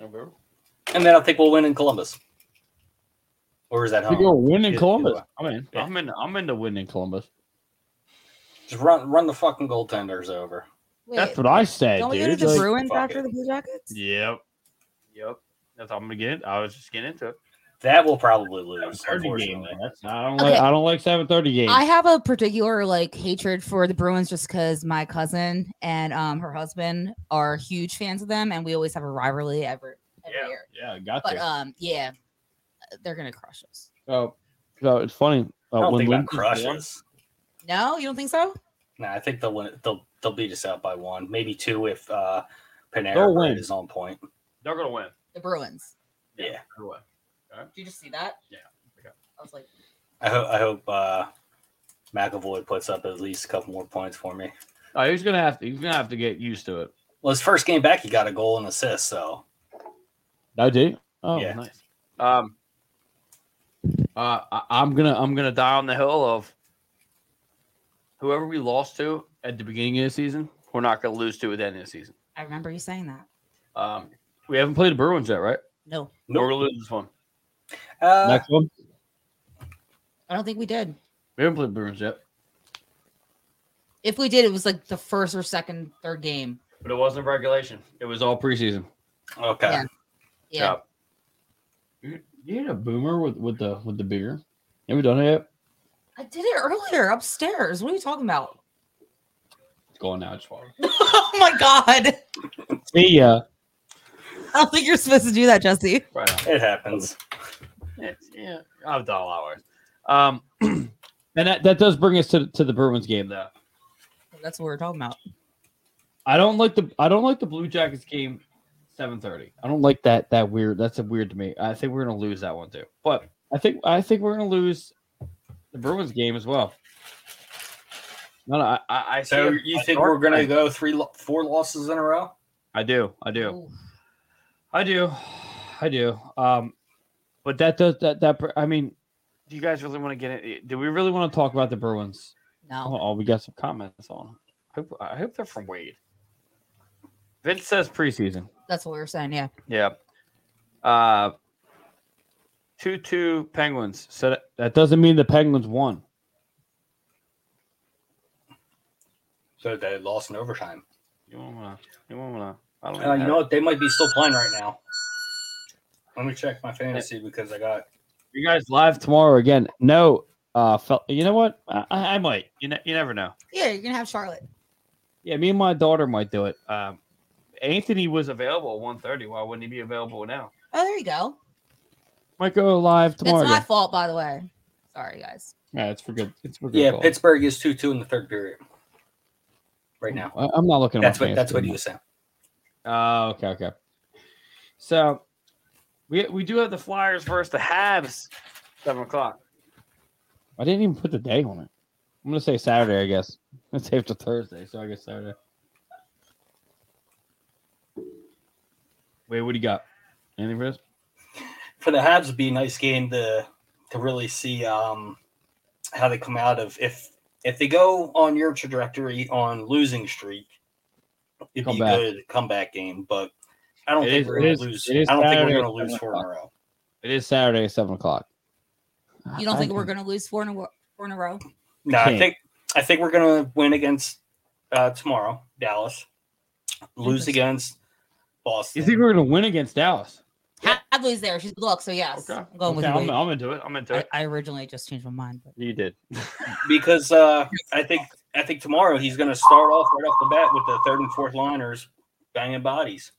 And then I think we'll win in Columbus. Or is that We go home? win in Yeah, Columbus. yeah. I'm in. Yeah. I'm in. I'm into winning Columbus. Just run run the fucking goaltenders over. That's what I say, Don't we go to dude. the Like- Bruins fuck after it. the Blue Jackets? yep. Yep. That's all I'm gonna get. I was just getting into it. That will probably lose, 7:30 game. unfortunately. That's, I don't Okay. like. I don't like 7:30 games. I have a particular like hatred for the Bruins just because my cousin and um her husband are huge fans of them, and we always have a rivalry every, every year. yeah, got But to. um, yeah, they're gonna crush us. so, so it's funny. I Uh, don't when think that Lindsey Vonn- crushes. No, you don't think so? Nah, I think they'll win they'll they'll beat us out by one, maybe two if uh They'll Panera win. Bread is on point. They're gonna win. The Bruins. Yeah. They're gonna win. Did you just see that? Yeah, okay. I was like, I hope I hope uh McAvoy puts up at least a couple more points for me. Oh, he's gonna have to. He's gonna have to get used to it. Well his first game back he got a goal and assist, so I do. Oh, Yeah. nice. Um. Uh, I, I'm gonna I'm gonna die on the hill of whoever we lost to at the beginning of the season. We're not gonna lose to at the end of the season. I remember you saying that. Um, we haven't played the Bruins yet, right? No, Nope. We're gonna lose this one. uh, Next one. I don't think we did. We haven't played the Bruins yet, If we did, it was like the first or second, third game. but it wasn't regulation. It was all preseason. okay. Yeah. Yeah. You, You had a boomer with, with the with the beer. You ever done it yet? I did it earlier upstairs. What are you talking about? It's going now. It's water. oh my god! See ya. I don't think you're supposed to do that, Jesse. Right on. It happens. It's- yeah, I've done a lot worse. Um, And that, that does bring us to, to the Bruins game though. That's what we're talking about. I don't like the I don't like the Blue Jackets game 7:30. I don't like that that weird. That's a weird to me. I think we're going to lose that one too. But I think I think we're going to lose the Bruins game as well. No, no, I I, I So see a- you a think dark we're gonna side. go three, lo- four losses in a row? I do. I do. I do. I do. Um but that does that that I mean, do you guys really want to get it? Do we really want to talk about the Bruins? Oh, No. oh, we got some comments on. 'em. I hope, I hope they're from Wade. Vince says preseason. That's what we were saying. Yeah. yeah. Uh, two two Penguins. So that- That doesn't mean the Penguins won. So they lost in overtime. you won't wanna. You won't wanna. I don't Uh, you have know it. what? They might be still playing right now. Let me check my fantasy because I got You guys live tomorrow again? No. Uh, fel- you know what? I, I I might. You, ne- you never know. Yeah, you're gonna have Charlotte. Yeah, me and my daughter might do it. Um, Anthony was available at one thirty. Why wouldn't he be available now? Oh, there you go. Might go live tomorrow. That's my again. fault, by the way. Sorry, guys. yeah, it's for good. It's for good. yeah. cause. Pittsburgh is two two in the third period right now. I, am not looking. at my That's what fans that's what too he much. was saying. Oh, okay, okay. So we we do have the Flyers versus the Habs, seven o'clock. I didn't even put the day on it. I'm gonna say Saturday, I guess. It's after Thursday, so I guess Saturday. Wait, what do you got? Anything for this? For the Habs, would be a nice game to to really see um, how they come out of if if they go on your trajectory on losing streak. It'd Come be back. good comeback game, but I don't It think is- we're it gonna is- lose. it is I don't think Saturday we're at gonna lose seven four in a row. It is Saturday at seven o'clock. You don't think I- we're gonna lose four in a, wo- four in a row? No, I can't. think I think we're gonna win against uh, tomorrow, Dallas. Lose Interesting. against Boston. You think we're gonna win against Dallas? Hadley's there. She's good luck. So yes, Okay. I'm going Okay, with I'm, you. I'm into it. I'm into I, it. I originally just changed my mind. But You did. because uh, I think I think tomorrow he's gonna start off right off the bat with the third and fourth liners banging bodies.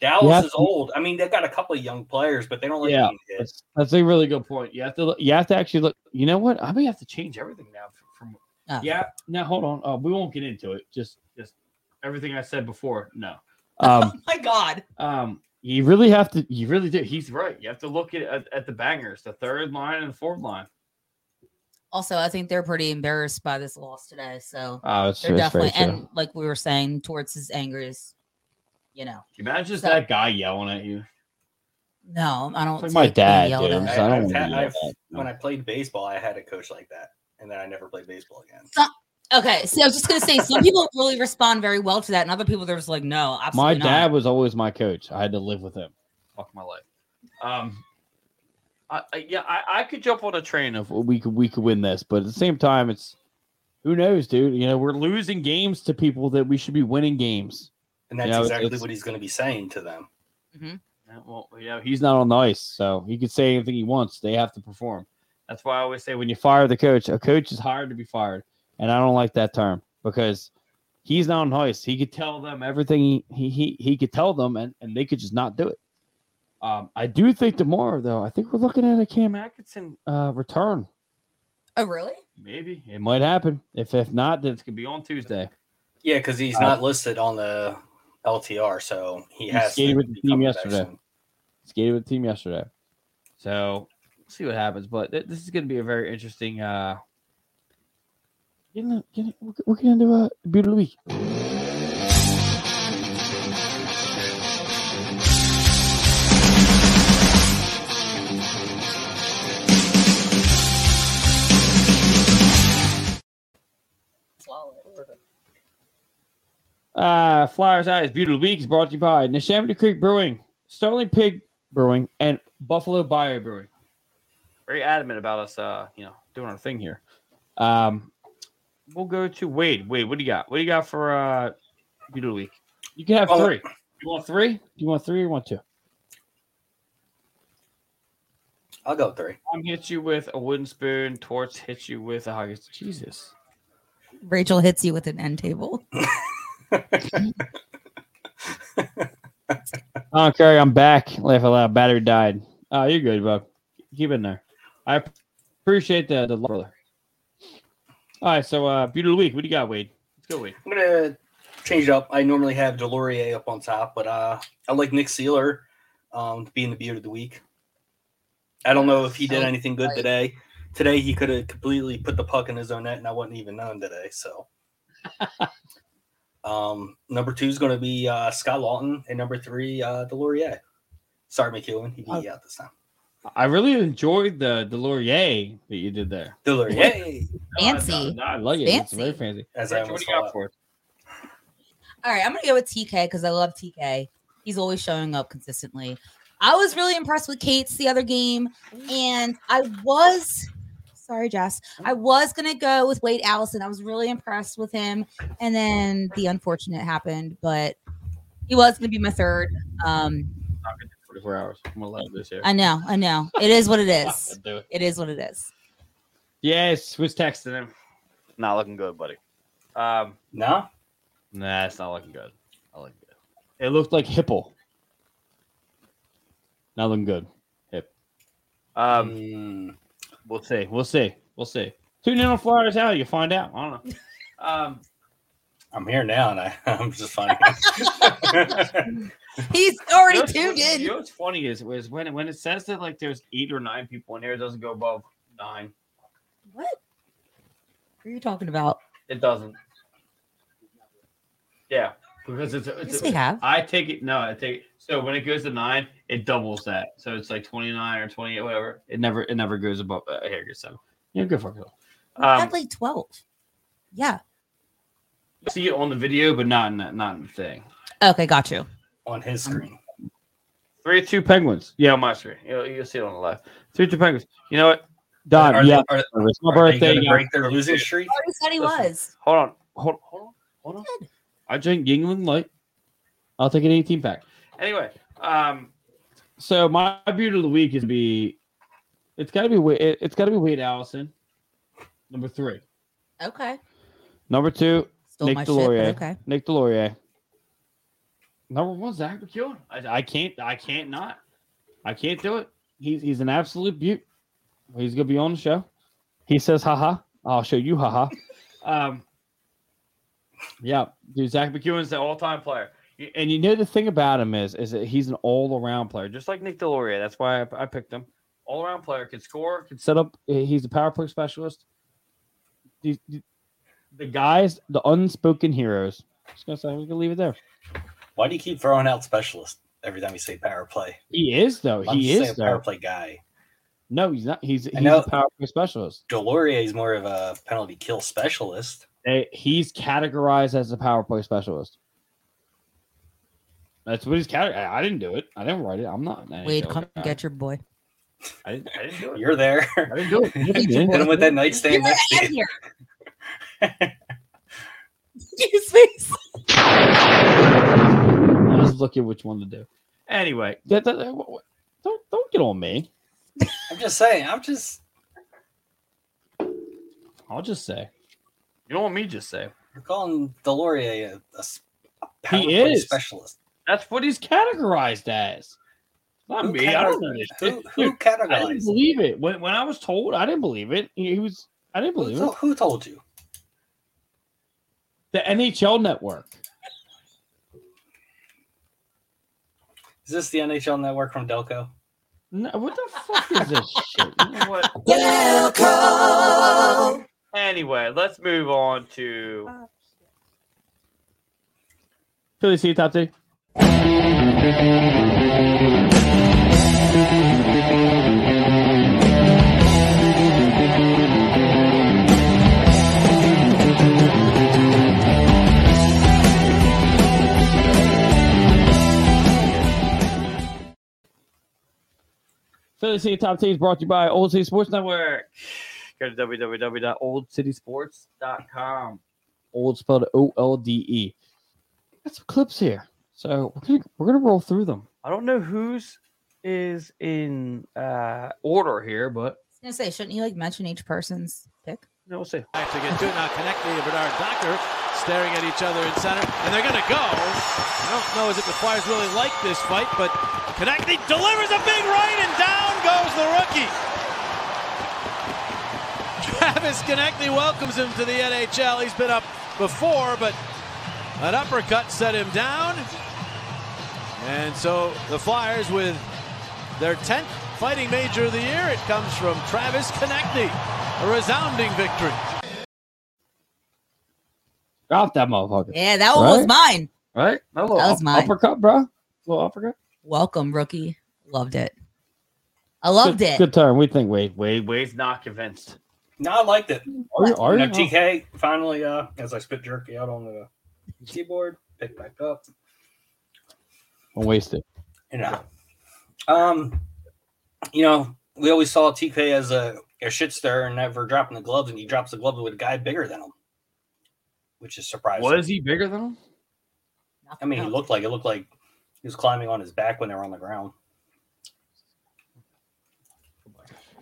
Dallas Yeah. is old. I mean, they've got a couple of young players, but they don't like Yeah. being hit. That's, that's a really good point. You have to. look- You have to actually look. You know what? I may have to change everything now. f- From Oh. yeah. Now hold on. Uh, we won't get into it. Just just everything I said before. No. Um. oh my God, um. You really have to. You really do. He's He's right. You have to look at, at at the bangers, the third line and the fourth line. Also, I think they're pretty embarrassed by this loss today. So Oh, it's, they're definitely, and like we were saying, towards his anger is, you know, Imagine just So- that guy yelling at you. no, I don't. like see my it being dad, yelled dude. at. So I don't I, have wanna had, do I've, that. when I played baseball, I had a coach like that, and then I never played baseball again. Okay, so I was just gonna say, some people really respond very well to that, and other people they're just like, no, My absolutely not. dad was always my coach. I had to live with him. Fuck my life. Um, I, I, yeah, I, I could jump on a train If of. we could we could win this, but at the same time, it's who knows, dude. You know, we're losing games to people that we should be winning games. And that's Yeah, it's- exactly it's- what he's going to be saying to them. Yeah, Well, yeah, he, He's not on the ice, so he could say anything he wants. They have to perform. that's why I always say Hey, when when you you fire the coach, a coach is hired to be fired, and I don't like that term because he's not on the ice. He could tell them everything he he he, he could tell them, and and they could just not do it. Um, I do think tomorrow, though, I think we're looking at a Cam Atkinson uh, return. Oh, really? maybe It might happen. If if not, then it's gonna be on Tuesday. Yeah, because Uh, he's not listed on the LTR, so he has. skated to with the be team coming back yesterday. soon. skated with the team yesterday. So we'll see what happens. But th- this is going to be a very interesting. uh getting, getting, we're we're getting into a uh, beer of the week. Uh, Flyers Eyes Beauty of the Week is brought to you by Neshamity Creek Brewing, Sterling Pig Brewing, and Buffalo Bio Brewing. very adamant about us. Uh, you know, doing our thing here. Um, We'll go to Wade. Wade, what do you got? What do you got for uh, Beat of the week? you can have Oh. three. You want three? Do you want three or you want two? I'll go three. Tom hits you with a wooden spoon. Torts hits you with a hockey. Jesus. Rachel hits you with an end table. Oh, Curry, I'm back. Laugh aloud. Battery died. Oh, you're good, bro. Keep it in there. I ap- appreciate the the love, brother. All right, so uh, beauty of the week. What do you got, Wade? Let's go, Wade. I'm gonna change it up. I normally have Delorier up on top, but uh, I like Nick Sealer um, being the beard of the week. I don't know if he did anything good today. Today he could have completely put the puck in his own net, and I wouldn't even known today. So, um, number two is going to be uh, Scott Lawton, and number three uh, Delorier. Sorry, McEwen, he beat you out this time. I really enjoyed the the laurier that you did there. Delorier, Fancy. I like it. It's Fancy. very fancy. as I Rachel, what do almost you got call for us? All right, I'm gonna go with TK because I love TK. He's always showing up consistently. I was really impressed with Kate's the other game, and I was sorry, Jess. I was gonna go with Wade Allison. I was really impressed with him, and then the unfortunate happened, but he was gonna be my third. Um, 24 hours. I'm going to love this here. I know, I know. It is what it is. do it. It is what it is. Yes, was texting him. Not looking good, buddy. Um, No, nah, it's not looking good. I like good. It looked like Hipple. Not looking good. Um, Mm, we'll see. See, we'll see. We'll see. Tune in on Flyers Alley. You'll find out. I don't know. Um, I'm here now, and I, I'm just funny. He's already tuned You know what's- You know in. what's funny is, is when it, when it says that like there's eight or nine people in here, it doesn't go above nine. What? What are you talking about? It doesn't. Yeah, because it's, it's Yes, we have. I take it. No, I take so when it goes to nine, it doubles that. So it's like twenty nine or twenty eight, whatever. It never it never goes above. Uh, here it goes seven. Yeah, good for it. We had Um, like twelve. Yeah. See it on the video, but not in the, not in the thing. Okay, got you. on his screen. Three two penguins. Yeah, on my screen. You'll, you'll see it on the left. Three two penguins. You know what? Don, Are Um, yeah, they, are, it's my are they birthday. going to uh, yeah. break their losing streak? Already said Oh, he Listen. was. Hold on. Hold hold on. Hold on. I drink Yingling Light. I'll take an 18 pack. Anyway, um, So my beauty of the week is be, it's got to be Wa- it, it's got to be Wade Allison, number three. Okay. Number two, Stole Nick my Delorier. shit, but okay. Nick Delorier. Number one, Zach McEwen. I, I can't. I can't not. I can't do it. He's he's an absolute beaut. He's gonna be on the show. He says, "Haha, I'll show you, haha." Um, yeah, dude. Zach McEwen, McEwen's the all time player. and you know the thing about him is, is that he's an all-around player. Just Just like Nick Deloria. That's why I, I picked him. All around player can score. Can, set up. He's a power play specialist. These- the- the guys, the unspoken heroes. Just gonna say, I'm gonna leave it there. Why do you keep throwing out specialist every time you say power play? He is though. I'm He just is saying power though. play guy. No, he's not. He's he's know. a power play specialist. Delorier is more of a penalty kill specialist. They, he's categorized as a power play specialist. That's what he's categorized. I didn't do it. I didn't write it. I'm not. an Wade, NHL come guy. get your boy. I didn't, I didn't do it. You're there. I didn't do it. You didn't do Hit him it. with that nightstand next to you. here. His face. I was looking which one to do. Anyway, That- that- that- what- don't don't get on me. I'm just saying. I'm just. I'll just say you know what me just say? You're calling Delorier a, a s- a power He play is. specialist. that's what he's categorized as. Not Who me. I don't know categorized- this Who, shit. who Dude, I didn't categorized? him? believe it when when I was told. I didn't believe it. He, he was. I didn't Who, believe to- it. who told you? The NHL Network. Is this the NHL Network from Delco? No, what the fuck is this shit? You know what? Anyway, let's move on to Uh, Philly C top two. Philly City Top Teams brought to you by Old City Sports Network. Network. Go to www.oldcitysports.com. Old spelled O L D E. Got some clips here, so we're gonna, we're gonna roll through them. I don't know whose is in uh, order here, but was gonna say, shouldn't you like mention each person's pick? you know, we'll see. Back to get two now connecting to Bernard Docker, staring at each other in center, and they're going to go. I don't know as if the Flyers really like this fight, but connecting delivers a big right, and down goes the rookie. Travis Konechny welcomes him to the NHL. He's been up before, but an uppercut set him down. And so the Flyers with their 10th fighting major of the year, it comes from Travis Konechny. A resounding victory. Drop that motherfucker. Yeah, that one was Right? mine. Right? That little That was Oh, up- mine. uppercut, bro. Little uppercut. Welcome, rookie. Loved it. I loved good, it. Good turn. We think, Wade. Wade, Wade's not convinced. No, I liked it. Are you? Are You know, you? TK finally, uh, as I spit jerky out on the keyboard, picked back up. Don't waste it. You know, um, you know, we always saw TK as a, a shit stir and never dropping the gloves, and he drops the gloves with a guy bigger than him, which is surprising. Was he bigger than him? I mean, he looked like it looked like he was climbing on his back when they were on the ground.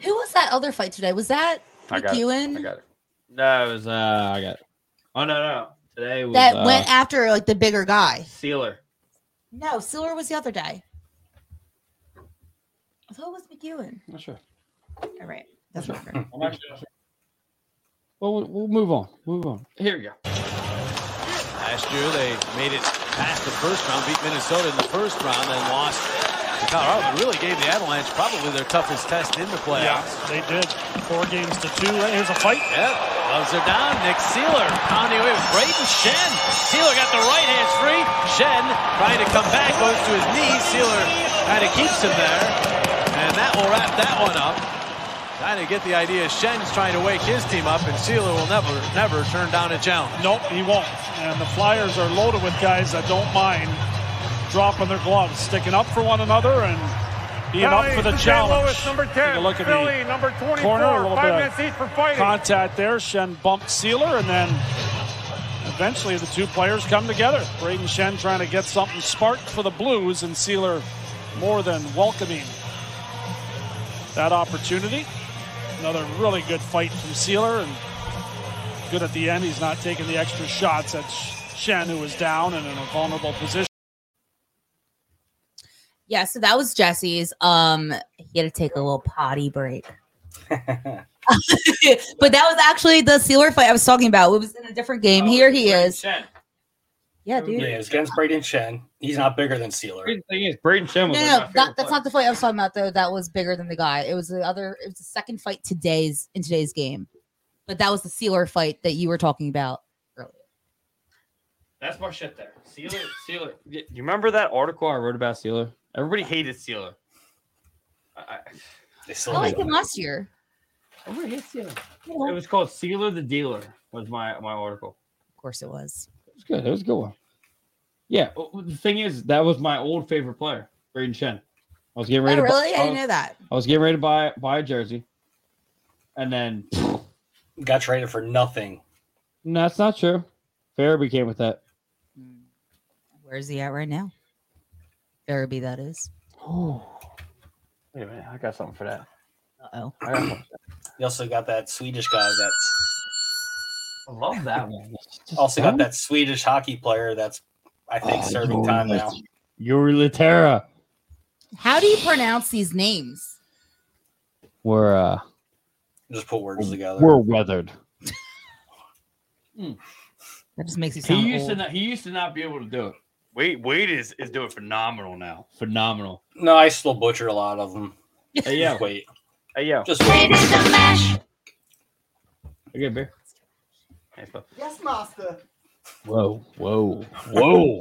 Who was that other fight today? Was that I got it. I McEwen got it. No, it was. Uh, I got it. oh no, no. Today was that uh, went after like the bigger guy? Sealer. No, Silver was the other day. I thought it was McEwen. Not sure. All right, doesn't matter. I'm actually not sure. Well, we'll- we'll move on. Move on. Here we go. Last year, they made it past the first round, beat Minnesota in the first round, and lost to Colorado. It really gave the Avalanche probably their toughest test in the Yeah, playoffs. they did. Four games to two. Here's a fight. Yep. Gloves are down. Nick Sealer on the way with Braden Shen. Sealer got the right hand free. Shen trying to come back, goes to his knee. Sealer kind of keeps him there. And that will wrap that one up. Trying to get the idea Shen's trying to wake his team up, and Sealer will never, never turn down a challenge. Nope, he won't. And the Flyers are loaded with guys that don't mind dropping their gloves, sticking up for one another, and being up for the challenge. number Take a 10, look at Philly, number the corner, a 24, little five bit minutes each for of fighting. contact there. Shen bumped Sealer, and then eventually the two players come together. Braden Shen trying to get something sparked for the Blues, and Sealer more than welcoming that opportunity. Another really good fight from Sealer, and good at the end. He's not taking the extra shots at Shen, who was down and in a vulnerable position. Yeah, so that was Jesse's. Um, he had to take a little potty break. but that was actually the sealer fight I was talking about. It was in a different Oh, game. Here he is. Yeah, dude. Yeah, it's against Braden Shen. He's not bigger than Sealer. Great thing is, Braden Shen No, was no, like my no favorite that, that's player. not the fight I was talking about though. That was bigger than the guy. It was the other. It was the second fight today's in today's game. But that was the sealer fight that you were talking about earlier. That's my shit there. Sealer, Sealer. You you remember that article I wrote about Sealer? Everybody hated Sealer. I, I, Oh They I still liked hate him him. last year. everybody hates Sealer. It was called Sealer the Dealer. Was my my article. Of course, it was. It was good. It was a good one. Yeah. well, The thing is, that was my old favorite player, Braden Shen. I was getting Oh, ready. to really? Buy, I I, didn't was, know that. I was getting ready to buy buy a jersey, and then Got traded for nothing. no, that's not true. Farabee came with that. Hmm. Where is he at right now? Farabee, that is. Wait a minute, I got something for that. Uh oh. I, got something. You also got that Swedish guy that's I love that one. also got that Swedish hockey player that's I Ah, think serving time now. Yuri Laterra. How do you pronounce these names? We're uh, Just put words together. we're weathered. That just makes you He sound used to old. not. He used to not be able to do it. Wade Wade is is doing phenomenal now. Phenomenal. No, I still butcher a lot of them. Hey, yeah. Just wait. Hey yo. Just wait. Okay, beer. Hey, so- Whoa, whoa, whoa,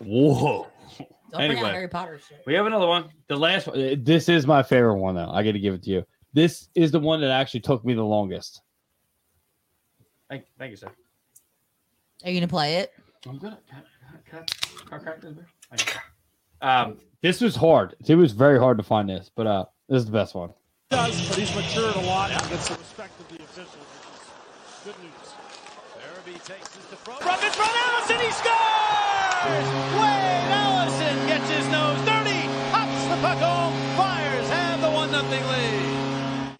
whoa. Don't bring Anyway. out Harry Potter shit. We have another one. The last one. eh, This is my favorite one, though. I got to give it to you. This is the one that actually took me the longest. Thank, thank you, sir. Are you gonna play it? I'm good. Can I, can I, can I crack this beer? Thank you. Um, This was hard. It was very hard to find this, but uh, this is the best one. Does, but he's matured a lot and gets the respect of the officials, which is good news. Farabee takes this to Fro- From it's front, Allison, he scores! Wade Allison gets his nose dirty, pops the puck home, 5 nothing lead.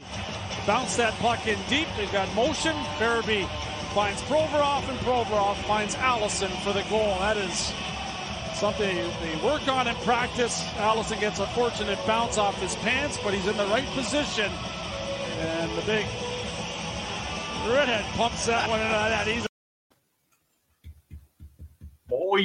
Bounce that puck in deep. They've got motion. Farabee finds Provorov, and Provorov finds Allison for the goal. That is something they work on in practice. Allison gets a fortunate bounce off his pants, but he's in the right position. And the big redhead pumps that one in out of that. He's Boy.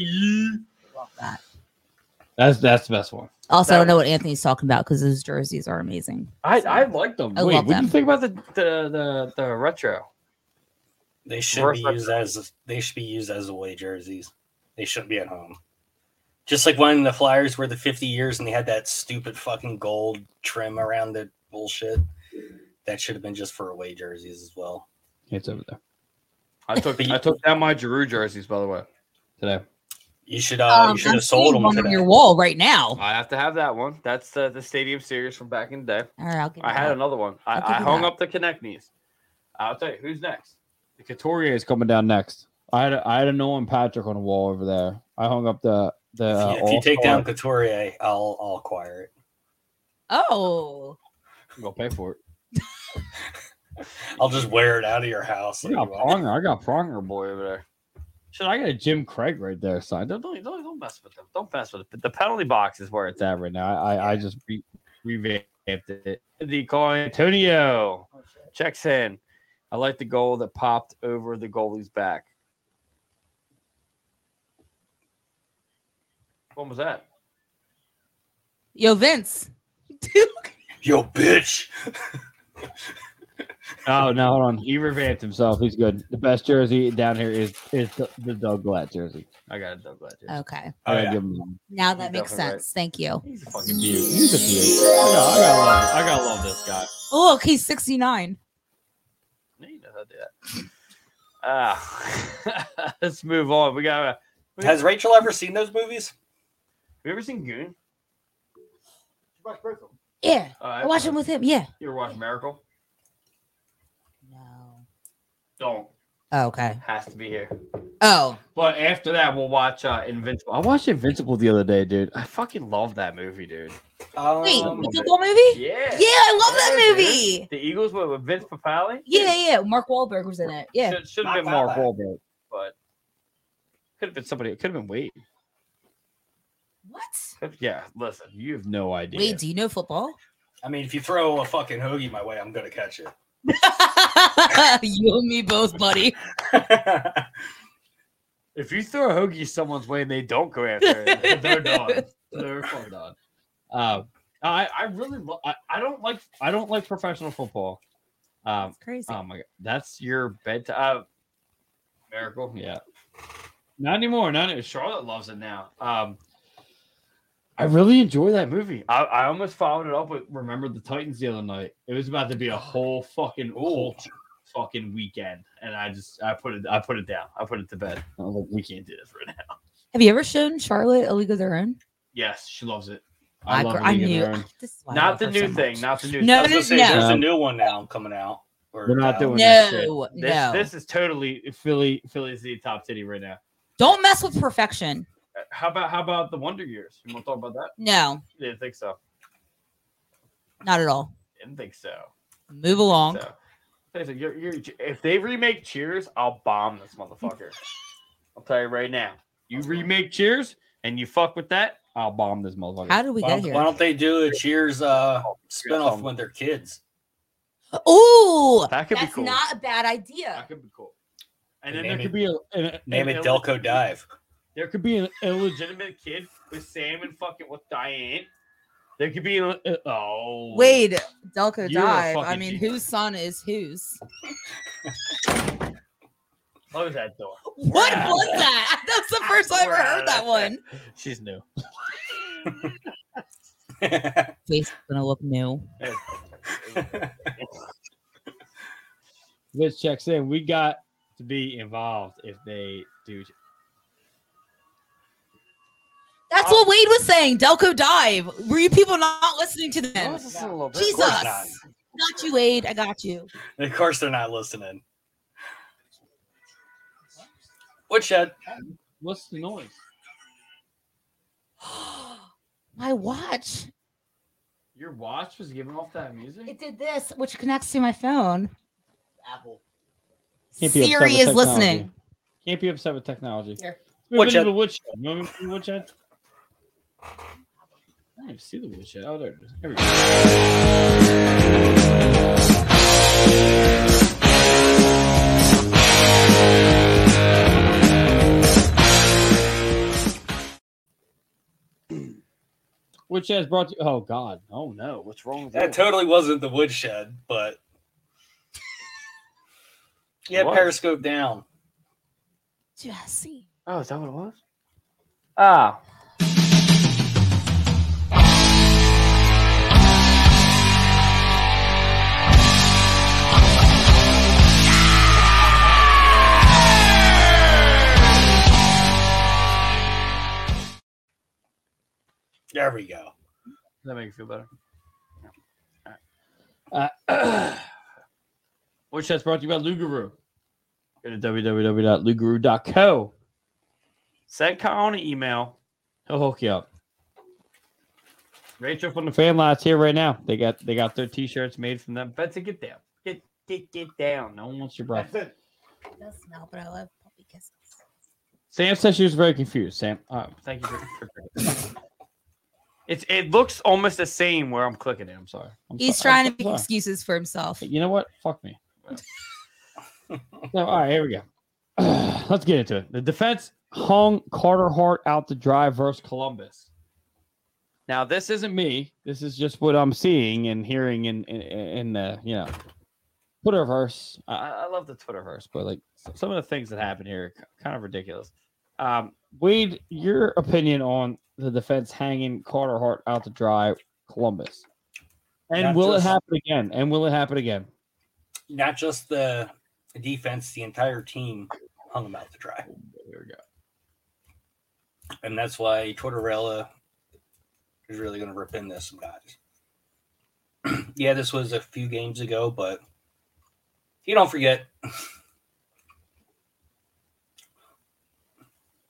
That's that's the best one. Also, I That don't know what Anthony's talking about because his jerseys are amazing. I, I like them. I Wait, love what do you them. think about the the, the, the retro? They should Reverse be used as they should be used as away jerseys. They shouldn't be at home. Just like when the Flyers were the 50 years and they had that stupid fucking gold trim around the bullshit. That should have been just for away jerseys as well. It's over there I took I took down my Giroux jerseys, by the way. today. You should uh, you Um, should I'm have sold seeing them one today. on your wall right now. I have to have that one. That's the, the Stadium Series from back in the day. All right, I'll give I you had that. another one. I, I'll give I you hung that. up the Connect knees. I'll tell you who's next. The Couturier is coming down next. I had a, I had a Nolan Patrick on the wall over there. I hung up the the. If uh, you, if you take all-star. down Couturier, I'll I'll acquire it. Oh, I'm gonna pay for it. I'll just wear it out of your house. I like got you want. Pronger. I got Pronger boy. Boy over there. Should I got a Jim Craig right there? Signed. Don't, don't, don't, don't mess with them. Don't mess with it. The penalty box is where it's It's at. at right now. I I, I just re- revamped it. The call Antonio. Checks in. I like the goal that popped over the goalie's back. When was that? yo, Vince. Dude, Yo, bitch. Oh no, hold on. He revamped himself. He's good. The best jersey down here is is the, the Doug Glatt jersey. I got a double edge. okay, I Oh, gotta yeah. give him one. now that You're makes definitely right. sense. Thank you. He's a Fucking fucking beaut. He's a beaut. I, know, I gotta love. I gotta love this guy. Oh, look, he's sixty nine. he knows how to do that. Ah, let's move on. We got. a- We got Has Rachel ever seen those movies? have you ever seen Goon? Yeah, Uh, I watch him with him. Yeah. You ever watch Miracle? No. Don't. okay. Has to be here. Oh, But after that, we'll watch uh, Invincible. I watched Invincible the other day, dude. I fucking love that movie, dude. Um, wait, the football movie? Yeah. Yeah, I love that dude. movie. The Eagles with, with Vince Papale. Yeah, yeah. Mark Wahlberg was in it. Yeah. Should Not have been Mark bad. Wahlberg, but could have been somebody. It could have been Wade. What? Could- Yeah. Listen, You have no idea. Wait, do you know football? I mean, if you throw a fucking hoagie my way, I'm gonna catch it. you and me both, buddy. if you throw a hoagie someone's way and they don't go after it, Um, they're done. They're fucking done. Uh, I I really lo- I, I don't like I don't like professional football. Um, That's crazy. Oh my god, that's your bedtime. Uh, Miracle, yeah. Not anymore. Not anymore. Charlotte loves it now. Um, I really enjoy that movie. movie. I, I almost followed it up with Remember the Titans the other night. It was about to be a whole fucking whole fucking weekend, and I just I put it I put it down. I put it to bed. I was like, We can't do this right now. Have you ever shown Charlotte a League of Their Own? Yes, she loves it. I love gr- League of knew. Their Own. This is why I not love the her new so thing. much. Not the new. I No, was thing. gonna say, no. there's a new one now coming out. Or, They're not uh, doing that shit. No, This, no. this is totally Philly. Philly's the top city right now. Don't mess with perfection. Uh, How about how about the Wonder Years? You want to talk about that? No, Didn't think so. not at all. Didn't think so. Move along. So, listen, you're, you're, if they remake Cheers, I'll bomb this motherfucker. I'll tell you right now. You remake Cheers and you fuck with that, I'll bomb this motherfucker. How did we why, get don't, why here? don't they do a Cheers uh, spinoff when they're kids? Ooh, That could be that's cool. not a bad idea. that could be cool. and then Name there it- could be a an, Name an it illeg- Delco Dive. There could be an illegit. Legitimate kid with Sam and fucking with Diane. There could be uh, a, oh Wade, Delco You're a Dive. I fucking mean, diva. whose son is whose? close that door. What Yeah. was that? That's the first time I ever heard that one. She's new. Face gonna look new. Vince checks in. We got to be involved if they do. That's what Wade was saying. Delco Dive. Were you people not listening to them? Jesus, course got you, Wade. I got you. of course, they're not listening. What, Chad? What's the noise? My watch. Your watch was giving off that music. It did this, which connects to my phone. Apple. Can't be upset with Siri is technology. listening. Can't be upset with technology. Here. Let's move into the Woodshed. woodshed. Moving to the woodshed. I didn't even see the woodshed. Oh, there it is. Here we go. Woodshed is brought to you. Oh, God. Oh, no. What's wrong with That that? totally wasn't the woodshed, but yeah, What? Periscope down. Jesse. Oh, is that what it was? Ah. There we go. That make you feel better. Uh, Woodshed is brought to you by Luguru. Go to www.luguru.co. Send Colin an email. He'll hook you up. Rachel from the fan lot's here right now. They got they got their t-shirts made from them. Betsy, get down. Get get get down. No one wants your breath. It does smell, but I love puppy kisses. Sam said she was very confused. Sam, uh, Thank you. For, for- it's it looks almost the same where I'm clicking it. I'm sorry. I'm He's sorry. I'm trying to make sorry. excuses for himself. You know what? Fuck me. so, all right, here we go. Let's get into it. The defense hung Carter Hart out to dry versus Columbus. Now, this isn't me. This is just what I'm seeing and hearing in in, in the you know Twitterverse. I, I I love the Twitterverse, but like s- some of the things that happen here are kind of ridiculous. Um, Wade, your opinion on the defense hanging Carter Hart out to dry Columbus, and Not will just- it happen again? And will it happen again? Not just the the defense, the entire team hung them out to dry. There we go. And that's why Tortorella is really going to rip into some guys. yeah, this was a few games ago, but you don't forget.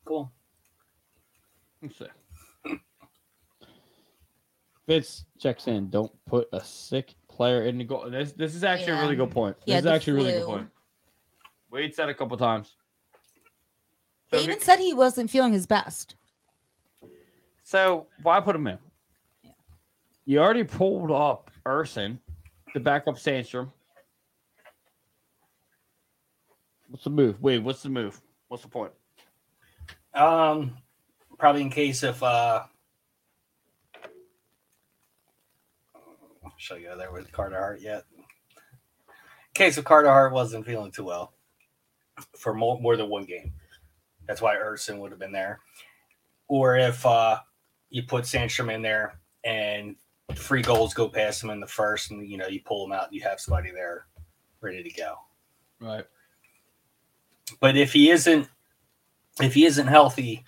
cool. Fitz checks in. Don't put a sick player in the goal. This this is actually a really Yeah. good point. This Yeah, is the actually a really good flu. point. Wade said a couple times. They So even the- said he wasn't feeling his best. So why put him in? You already pulled up Urson to back up Sandstrom. What's the move? Wade, what's the move? What's the point? Um, probably in case if uh, show you there with Carter Hart yet. In case if Carter Hart wasn't feeling too well for more, more than one game, that's why Urson would have been there. Or if uh, you put Sandstrom in there and three goals go past him in the first, and you know you pull him out, and you have somebody there ready to go. Right. But if he isn't, if he isn't healthy,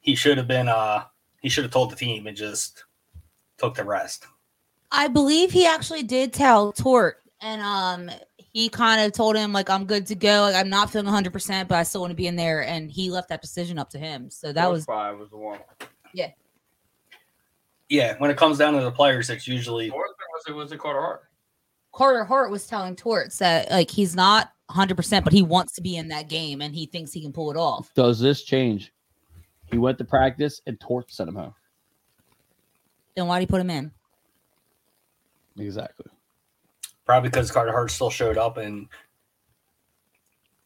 he should have been. uh He should have told the team and just took the rest. I believe he actually did tell Tort, and um, he kind of told him like, "I'm good to go. Like, I'm not feeling 100, percent but I still want to be in there." And he left that decision up to him. So that was five was the one. Yeah, when it comes down to the players, it's usually Fourth was it was the Carter Hart. Carter Hart was telling Torts that like he's not 100, percent but he wants to be in that game, and he thinks he can pull it off. Does this change? He went to practice and Torch sent him home. Then why would he put him in? Exactly. probably because Carter Hart still showed up, and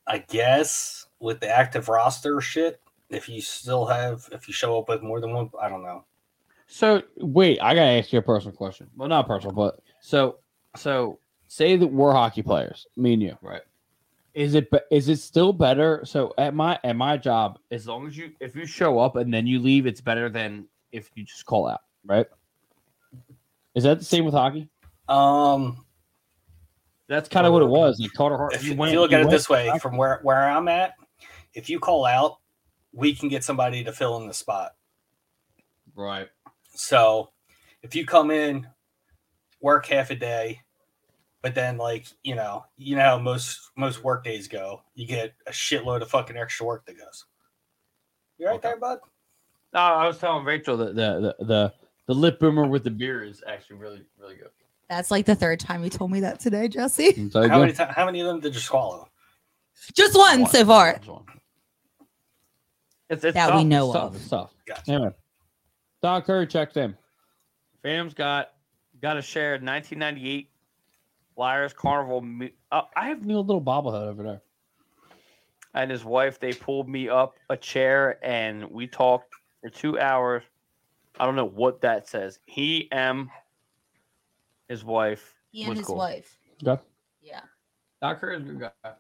I guess with the active roster shit, if you still have, if you show up with more than one, I don't know. So wait, I gotta ask you a personal question. Well, not personal, but so so say that we're hockey players, me and you, Right. Is it be- is it still better? So at my at my job, As long as you if if you show up and then you leave, it's better than if you just call out, right? Is that the same with hockey? Um, That's kind of what it was. Like Carter Hart, if you, if you look at it this way, from where where I'm at, if you call out, we can get somebody to fill in the spot. right? So if you come in, work half a day, but then like, you know, you know how most most work days go. You get a shitload of fucking extra work that goes. You right Okay. there, bud? no, I was telling Rachel So the the the, the The lip boomer with the beer is actually really, really good. That's like the third time you told me that today, Jesse. It's like, How many, ti- how many of them did you swallow? Just one so far It's on. It's, it's that we tough. know it's tough. of. It's tough. Gotcha. Anyway, Don Curry checked in. Phantom's got got a shared 1998 Flyers Carnival. Me- uh, I have New little bobblehead over there. and his wife. They pulled me up a chair and we talked for two hours. I don't know what that says. He and his wife. He and was his cool. wife. Okay. Yeah. Doc Kerr's a good guy.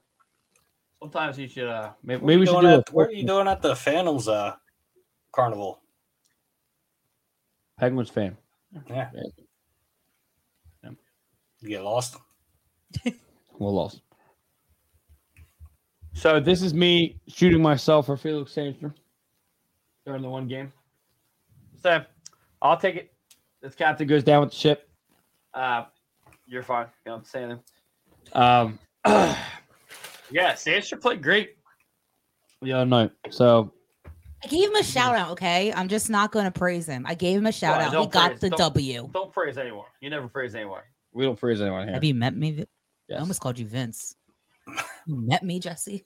Sometimes he should. Uh, maybe, Maybe we should Doing do a at- what are you doing at the Phantoms uh, Carnival? Penguins fan. Yeah. Yeah. You get lost. We're lost. So this is me shooting myself for Felix Sandstrom during the one game. so I'll take it. This That captain. goes down with the ship. Uh, you're fine. You know what I'm saying? Um, Yeah, Sandstrom played great. the other night. So I gave him a shout out, okay? I'm just not going to praise him. I gave him a shout Why? out. He Don't got praise- the don't- W. Don't praise anyone. You never praise anyone. we don't praise anyone here. Have you met me? Vi- I Yes. almost called you Vince. You met me, Jesse.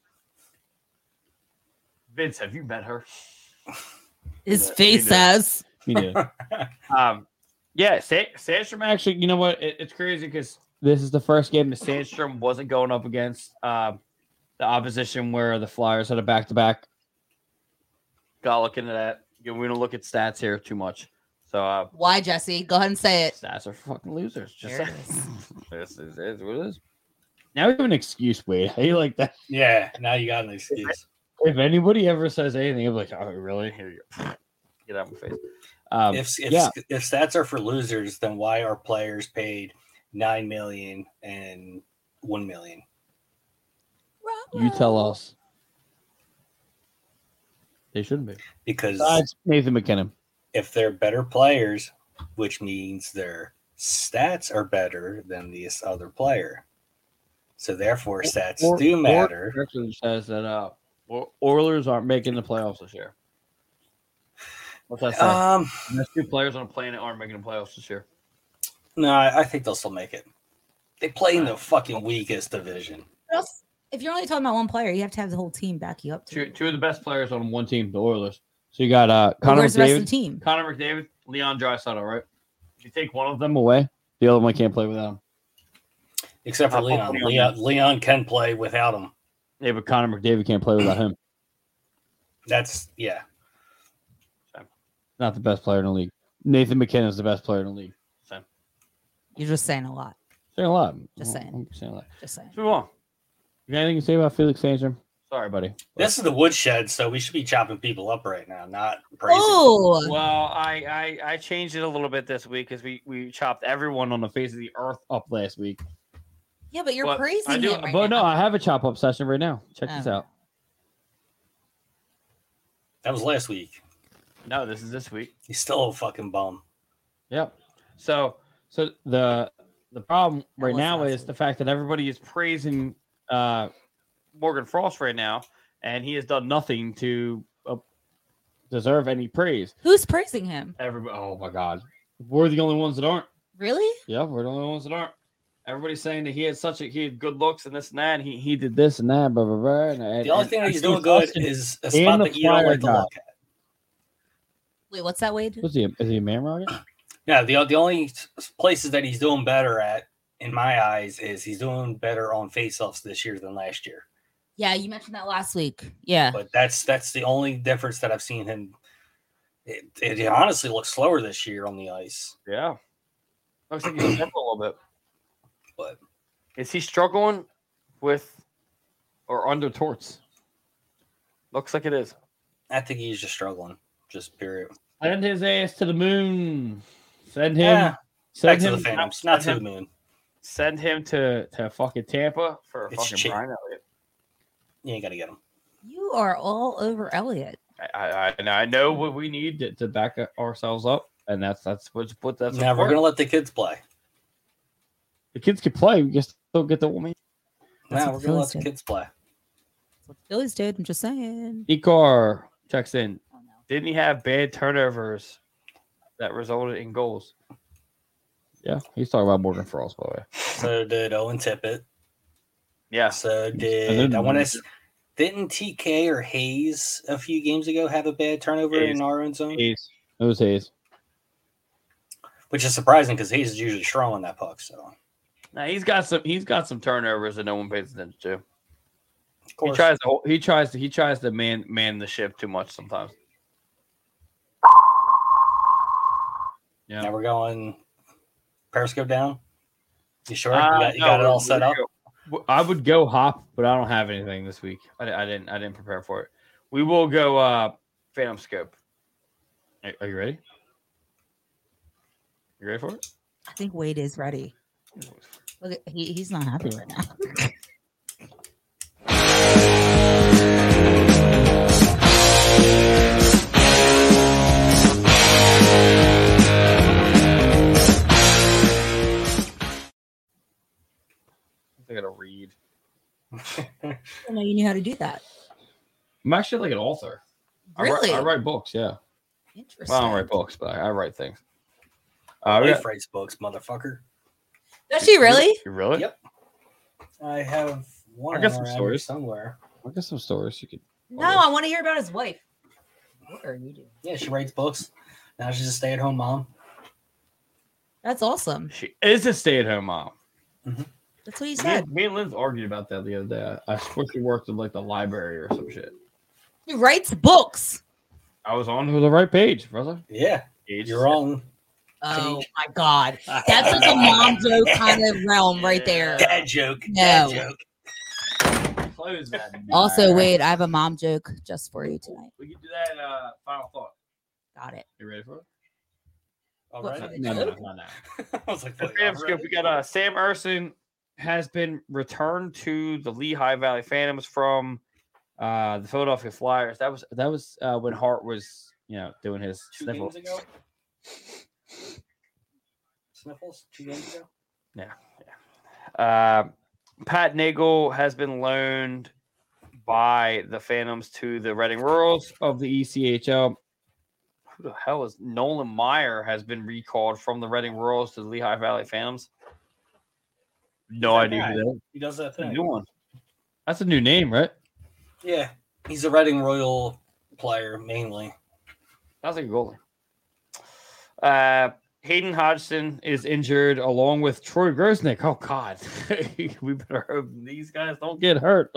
Vince, have you met her? His Yeah, face he did. says, He did. Um, yeah, Sa- Sandstrom Actually, you know what? It- it's crazy because this is the first game that Sandstrom Sandstrom wasn't going up against uh, the opposition where the Flyers had a back to back. got looking at that. Yeah, we don't look at stats here too much. So uh, Why, Jesse? Go ahead and say it. stats are fucking losers. Just There it is. this is, is what it is. Now we have an excuse, Wade. How you like that? Yeah, now you got an excuse. If anybody ever says anything, I'm like, oh, really? Here you go. Get out of my face. Um, If if, yeah. if stats are for losers, then why are players paid nine million and one million? you tell us. They shouldn't be. Because Besides Nathan McKinnon. if they're better players, which means their stats are better than this other player. So therefore, stats Or- do or- matter. Actually says that uh, Or- Oilers aren't making the playoffs this year. What's that say? Uh, Um, There's two players on the planet aren't making the playoffs this year. no, I, I think they'll still make it. They play in the fucking weakest division. What else- If you're only talking about one player, you have to have the whole team back you up to. Two, it. two of the best players on On one. one team, the Oilers. So you got uh, Connor Where's the rest of McDavid, the team? Connor McDavid, Leon Draisaitl, right? If you take one of them, them away. The other one can't play without him. Except for I'm Leon. hoping on Leon, Leon can play without him. Yeah, but Connor McDavid can't play without him. That's yeah. Not the best player in the league. Nathan McKinnon is the best player in the league. You're just saying a lot. Saying a lot. Just saying. I'm saying a lot. Just saying. let's move on. You got anything to say about Felix Sandstrom? Sorry, Sorry, buddy. buddy. This is the woodshed, so we should be chopping people up right now, not praising. Oh, Well, I, I I changed it a little bit this week because we we chopped everyone on the face of the earth. Up last week. yeah, but you're Well, I praising do- him. Right but now. no, I have a chop up session right now. Check this Oh. out. That was last week. No, this is this week. He's still a fucking bum. Yep. So So the the problem right was now last is week. the fact that everybody is praising uh Morgan Frost right now, and he has done nothing to uh, deserve any praise. Who's praising him? everybody. Oh my God. We're the only ones that aren't. Really? Yeah, we're the only ones that aren't. Everybody's saying that he had such a he had good looks and this and that. And he he did. Did this and that, blah blah blah. And, and, The only and thing that he's I doing see good Austin- is a spot the that you don't flyer like to guy. look at. Wait, what's that, Wade? What's he? Is he a man rocket? Yeah, the the only s- places that he's doing better at, in my eyes, is he's doing better on faceoffs this year than last year. Yeah, you mentioned that last week. Yeah. But that's that's the only difference that I've seen him. It, it he honestly looks slower this year on the ice. Yeah, looks like he's struggling a little bit. But- is he struggling with or under torts? Looks like it is. I think he's just struggling. Just period. Send his ass to the moon. Send him. Yeah, back Send to the him. Phantoms, not to send the moon. Send him to to fucking Tampa for It's fucking cheap. Brian Elliott. You ain't gotta get him. You are all over Elliot. I, I, I, I know what we need to, to back ourselves up, and that's that's what's what that's Now we're for. gonna let the kids play. The kids can play. We just don't get the woman. That's Now what we're gonna Phillies let the did. kids play. That's what the Phillies did. I'm just saying. Ecar. checks in. Oh, no. Didn't he have bad turnovers that resulted in goals. Yeah, he's talking about Morgan Frost, by the way. So did Owen Tippett. Yeah. So didn't did I want notice to? Didn't TK or Hayes a few games ago have a bad turnover Hayes. in our own zone? Hayes. It was Hayes. Which is surprising because Hayes is usually strong on that puck. So Now he's got some he's got some turnovers that no one pays attention to. of He course, tries to he tries to he tries to man man the ship too much sometimes. Yeah. now we're going Periscope down. You sure? Uh, you got, you got no, it all we're set gonna up. go- I would go hop, but I don't have anything this week. I, di- I didn't. I didn't prepare for it. We will go uh Phantom Scope. Are, are you ready? You ready for it? I think Wade is ready. Look, at- he, he's not happy right now. I gotta read. I didn't know you knew how to do that. I'm actually like an author. Really? I write, I write books, yeah. Interesting. Well, I don't write books, but I, I write things. Uh, we Leaf got- writes books, motherfucker. Does she really? You really? Yep. I have one. I got some around stories. somewhere. I got some stories you could. No, I want to hear about his wife. What are you doing? Yeah, she writes books. Now she's a stay-at-home mom. That's awesome. She is a stay-at-home mom. That's what he Me, said. and- me and Liz argued about that the other day. I swear she worked in like the library or some shit. He writes books. I was It on her was the right page, brother. Yeah, page. you're wrong. Oh my god, that's like a mom joke kind of realm right there. uh, Dad joke. No. Dad joke. Close that. Also, Wade, I have a mom joke just for you tonight. We can do that. Uh, final thought. Got it. You ready for it? All What right. for the No, no, joke? no, no. I was like, The wait, Phantom all Scoop, right. we got uh, Sam Erson has been returned to the Lehigh Valley Phantoms from uh, the Philadelphia Flyers. That was that was uh, when Hart was you know doing his two sniffle. games ago. Sniffles two games ago. Uh, Pat Nagel has been loaned by the Phantoms to the Reading Rurals of E the ECHL. Who the hell is Nolan Meyer has been recalled from the Reading Rurals to the Lehigh Valley Phantoms? No that idea who guy? that is. He does that That's a thing. new one. That's a new name, right? Yeah, he's a Reading Royal player mainly. That's like a goalie. Uh, Hayden Hodgson is injured along with Troy Grosnick. Oh God, we better hope these guys don't get hurt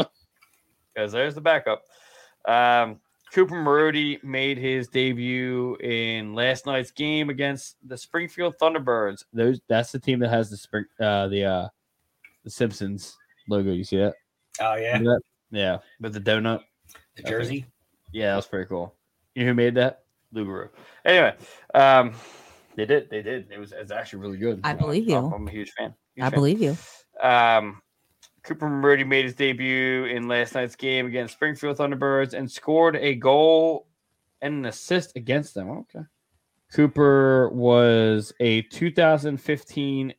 because there's the backup. Um, Cooper Marody made his debut in last night's game against the Springfield Thunderbirds. Those that's the team that has the spring uh the uh the Simpsons logo. You see that? Oh yeah, Yeah. Yeah. With the donut, the jersey. yeah, that was pretty cool. You know who made that? Lubaru. Anyway, um, they did. They did. It was, it was actually really good. I believe you. I'm, I'm a huge fan. Huge I fan. believe you. Um, Cooper Marody made his debut in last night's game against Springfield Thunderbirds and scored a goal and an assist against them. Okay. Cooper was a 2015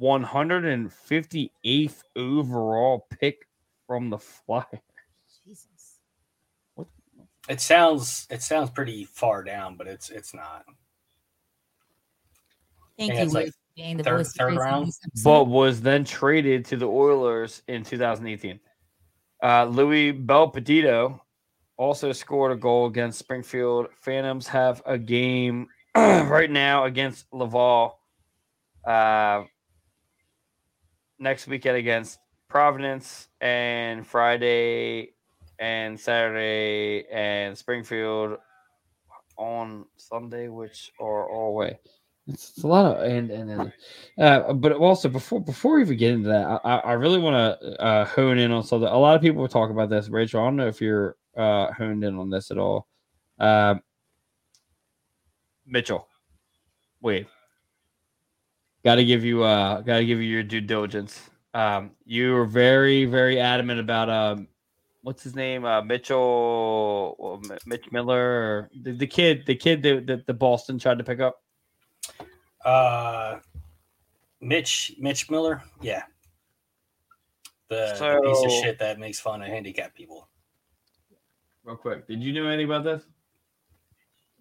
158th overall pick from the Flyers. Jesus. It sounds it sounds pretty far down, but it's it's not. Thank Yeah, you, it's Wade, like for being the third- voice of third reason round. in this episode. but was then traded to the Oilers in 2018. Uh, Louis Belpedito also scored a goal against Springfield. Phantoms have a game right now against Laval. Uh, next weekend against Providence, and Friday and Saturday and Springfield on Sunday, which are all away. It's, it's a lot of and and then, uh, but also before before we even get into that, I, I- I really want to uh, hone in on something. A lot of people talk about this, Rachel. I don't know if you're uh, honed in on this at all. Um, Mitchell. Wait. Gotta give you uh gotta give you your due diligence. Um you were very, very adamant about um what's his name? Uh Mitchell well, M- Mitch Miller or the, the kid the kid that, that the Boston tried to pick up. Uh, Mitch Mitch Miller. Yeah, the, the piece of So- shit that makes fun of handicapped people. Real quick. Did you know anything about this?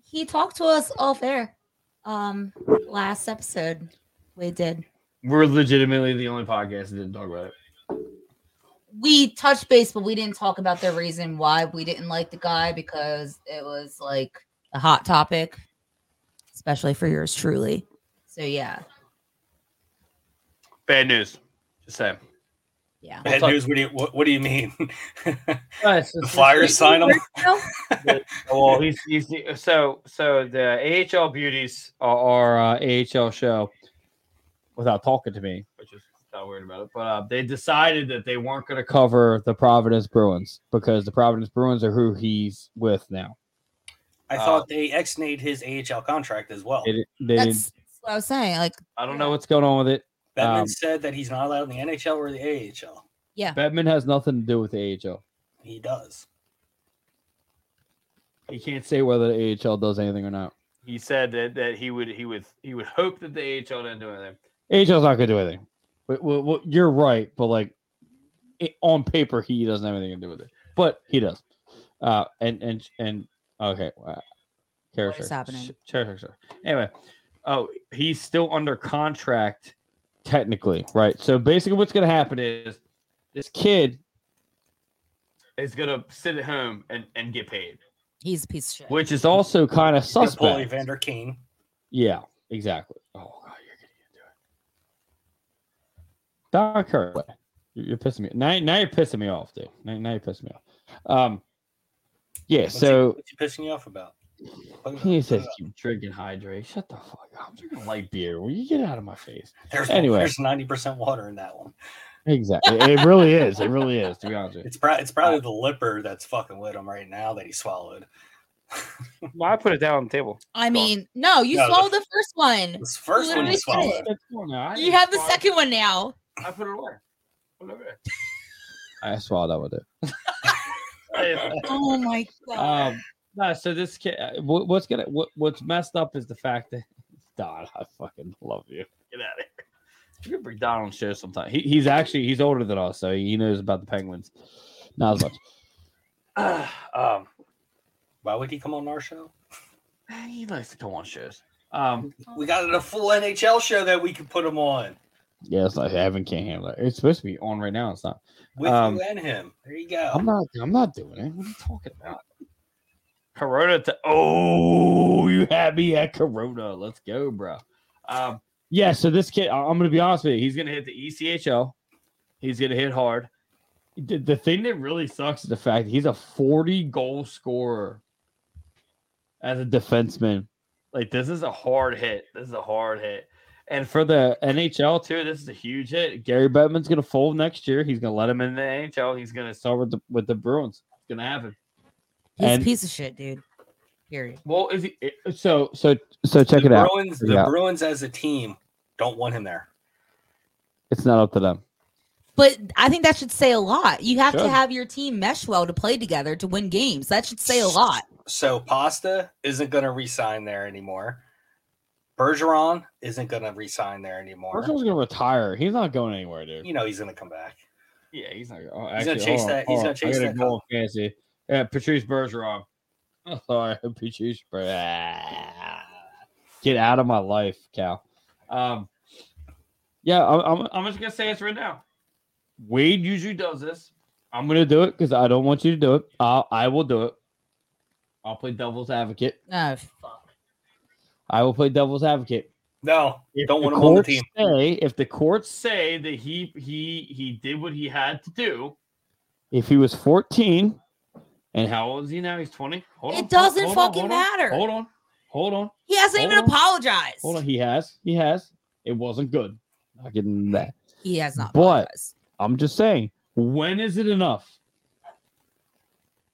he talked to us off air um last episode we did. We're legitimately the only podcast that didn't talk about it. We touched base, but we didn't talk about the reason why we didn't like the guy because it was like a hot topic, especially for yours truly. So yeah, Bad news. Just saying. yeah. Bad talk- news. What do you what, what do you mean? Uh, the the Flyers sign him. Well, he's, he's the, so so. The AHL beauties are our uh, AHL show without talking to me, which is not worried about it. But uh, they decided that they weren't going to cover the Providence Bruins because the Providence Bruins are who he's with now. I Uh, thought they ex-nayed his AHL contract as well. They, didn't- they That's, didn't, that's what I was saying. Like, I don't know what's going on with it. Bettman um, said that he's not allowed in the NHL or the AHL. Bettman has nothing to do with the AHL. He does. He can't say whether the AHL does anything or not. He said that, that he would he would he would hope that the AHL didn't do anything. AHL's not going to do anything. But, well, well, you're right, but like it, on paper, he doesn't have anything to do with it. But he does. Uh, and and and okay, wow. Chair What is Shark- happening? Sh- Chair Shark, Shark. Anyway, oh, he's still under contract technically, right? So basically, what's going to happen is this kid is gonna sit at home and, and get paid, he's a piece of shit. which is also also kind of Napoli suspect. Vander Kane. Yeah, exactly. Oh god, you're gonna get into it. Don Kirk, what? You- you're pissing me. Now, now you're pissing me off, dude. Now, now you're pissing me off. Um, yeah. What's So he, what's he pissing you off about? Look it he up. says, "Keep drinking hydrate." Shut the fuck up. I'm drinking light beer. Will you get out of my face? There's, anyway. there's 90% water in that one. Exactly. it really is. It really is. To be honest with It's, pro- it's Uh, probably the lipper that's fucking with him right now that he swallowed. well, I put it down on the table. I mean, no, you No, swallowed the first one. This first one he Literally said it. swallowed. You have the second one now. I put it away. Put it over there. you, I swallowed that one. Too. Oh my Uh, god. Um, no, so this kid, uh, wh- what's gonna, what, what's messed up is the fact that Don, I fucking love you. Get out of You can bring Don on the show sometime. He, he's actually he's older than us, so he knows about the Penguins. Not as much. here. um, Why would he come on our show? he likes to come on shows. Um, We got a full NHL show that we can put him on Yeah, it's like Evan can't handle it. It's supposed to be on right now. It's not. with Um, you and him. There you go. I'm not. I'm not doing it. What are you talking about? Corona. T- Oh, you had me at Corona. Let's go, bro. um, Yeah. So this kid, I- I'm gonna E be honest with you. he's gonna hit the ECHL. He's gonna hit hard. He, the, the thing that really sucks is the fact that he's a 40 goal scorer as a defenseman. Like this is a hard hit. This is a hard hit. And for the NHL too, this is a huge hit. Gary Bettman's gonna fold next year. He's gonna let him Him in the NHL, he's gonna start with the with the Bruins. it's gonna happen. He's and- a piece of shit, dude. Period. Well, is he? it- So so so check the it out. Bruins, the Yeah. Bruins as a team don't want him there. It's not up to them. But I think that should say a lot. You have to Should. have your team mesh well to play together to win games. That should say a lot. So Pasta isn't going to resign there anymore. Bergeron isn't going to resign there anymore. Bergeron's gonna retire. He's not going anywhere, dude. You know he's going to come back. Yeah, he's not. Oh, He's gonna actually, hold chase on, that- he's hold gonna on. I chase gotta that go cup. on fancy. Yeah, Patrice Bergeron. I'm sorry, Patrice Bergeron. Get out of my life, Cal. Um, Yeah, I'm, I'm, I'm just gonna say it's right now. Wade. Wade usually does this. I'm gonna do it because I don't want you to do it. I'll, I will do it. I'll play devil's advocate. Oh, fuck. I will play devil's advocate. No, If don't the want him on the courts team. Say, if the courts Say that he he he did what he had to do. if he was 14 and how How old is he now? He's twenty. Hold It on, doesn't hold on, fucking hold on, matter. Hold on, hold on. He hasn't Hold even on. apologized. hold on, he has, he has. It wasn't good. Not getting that. He has not But- apologized. I'm just saying, when is it enough?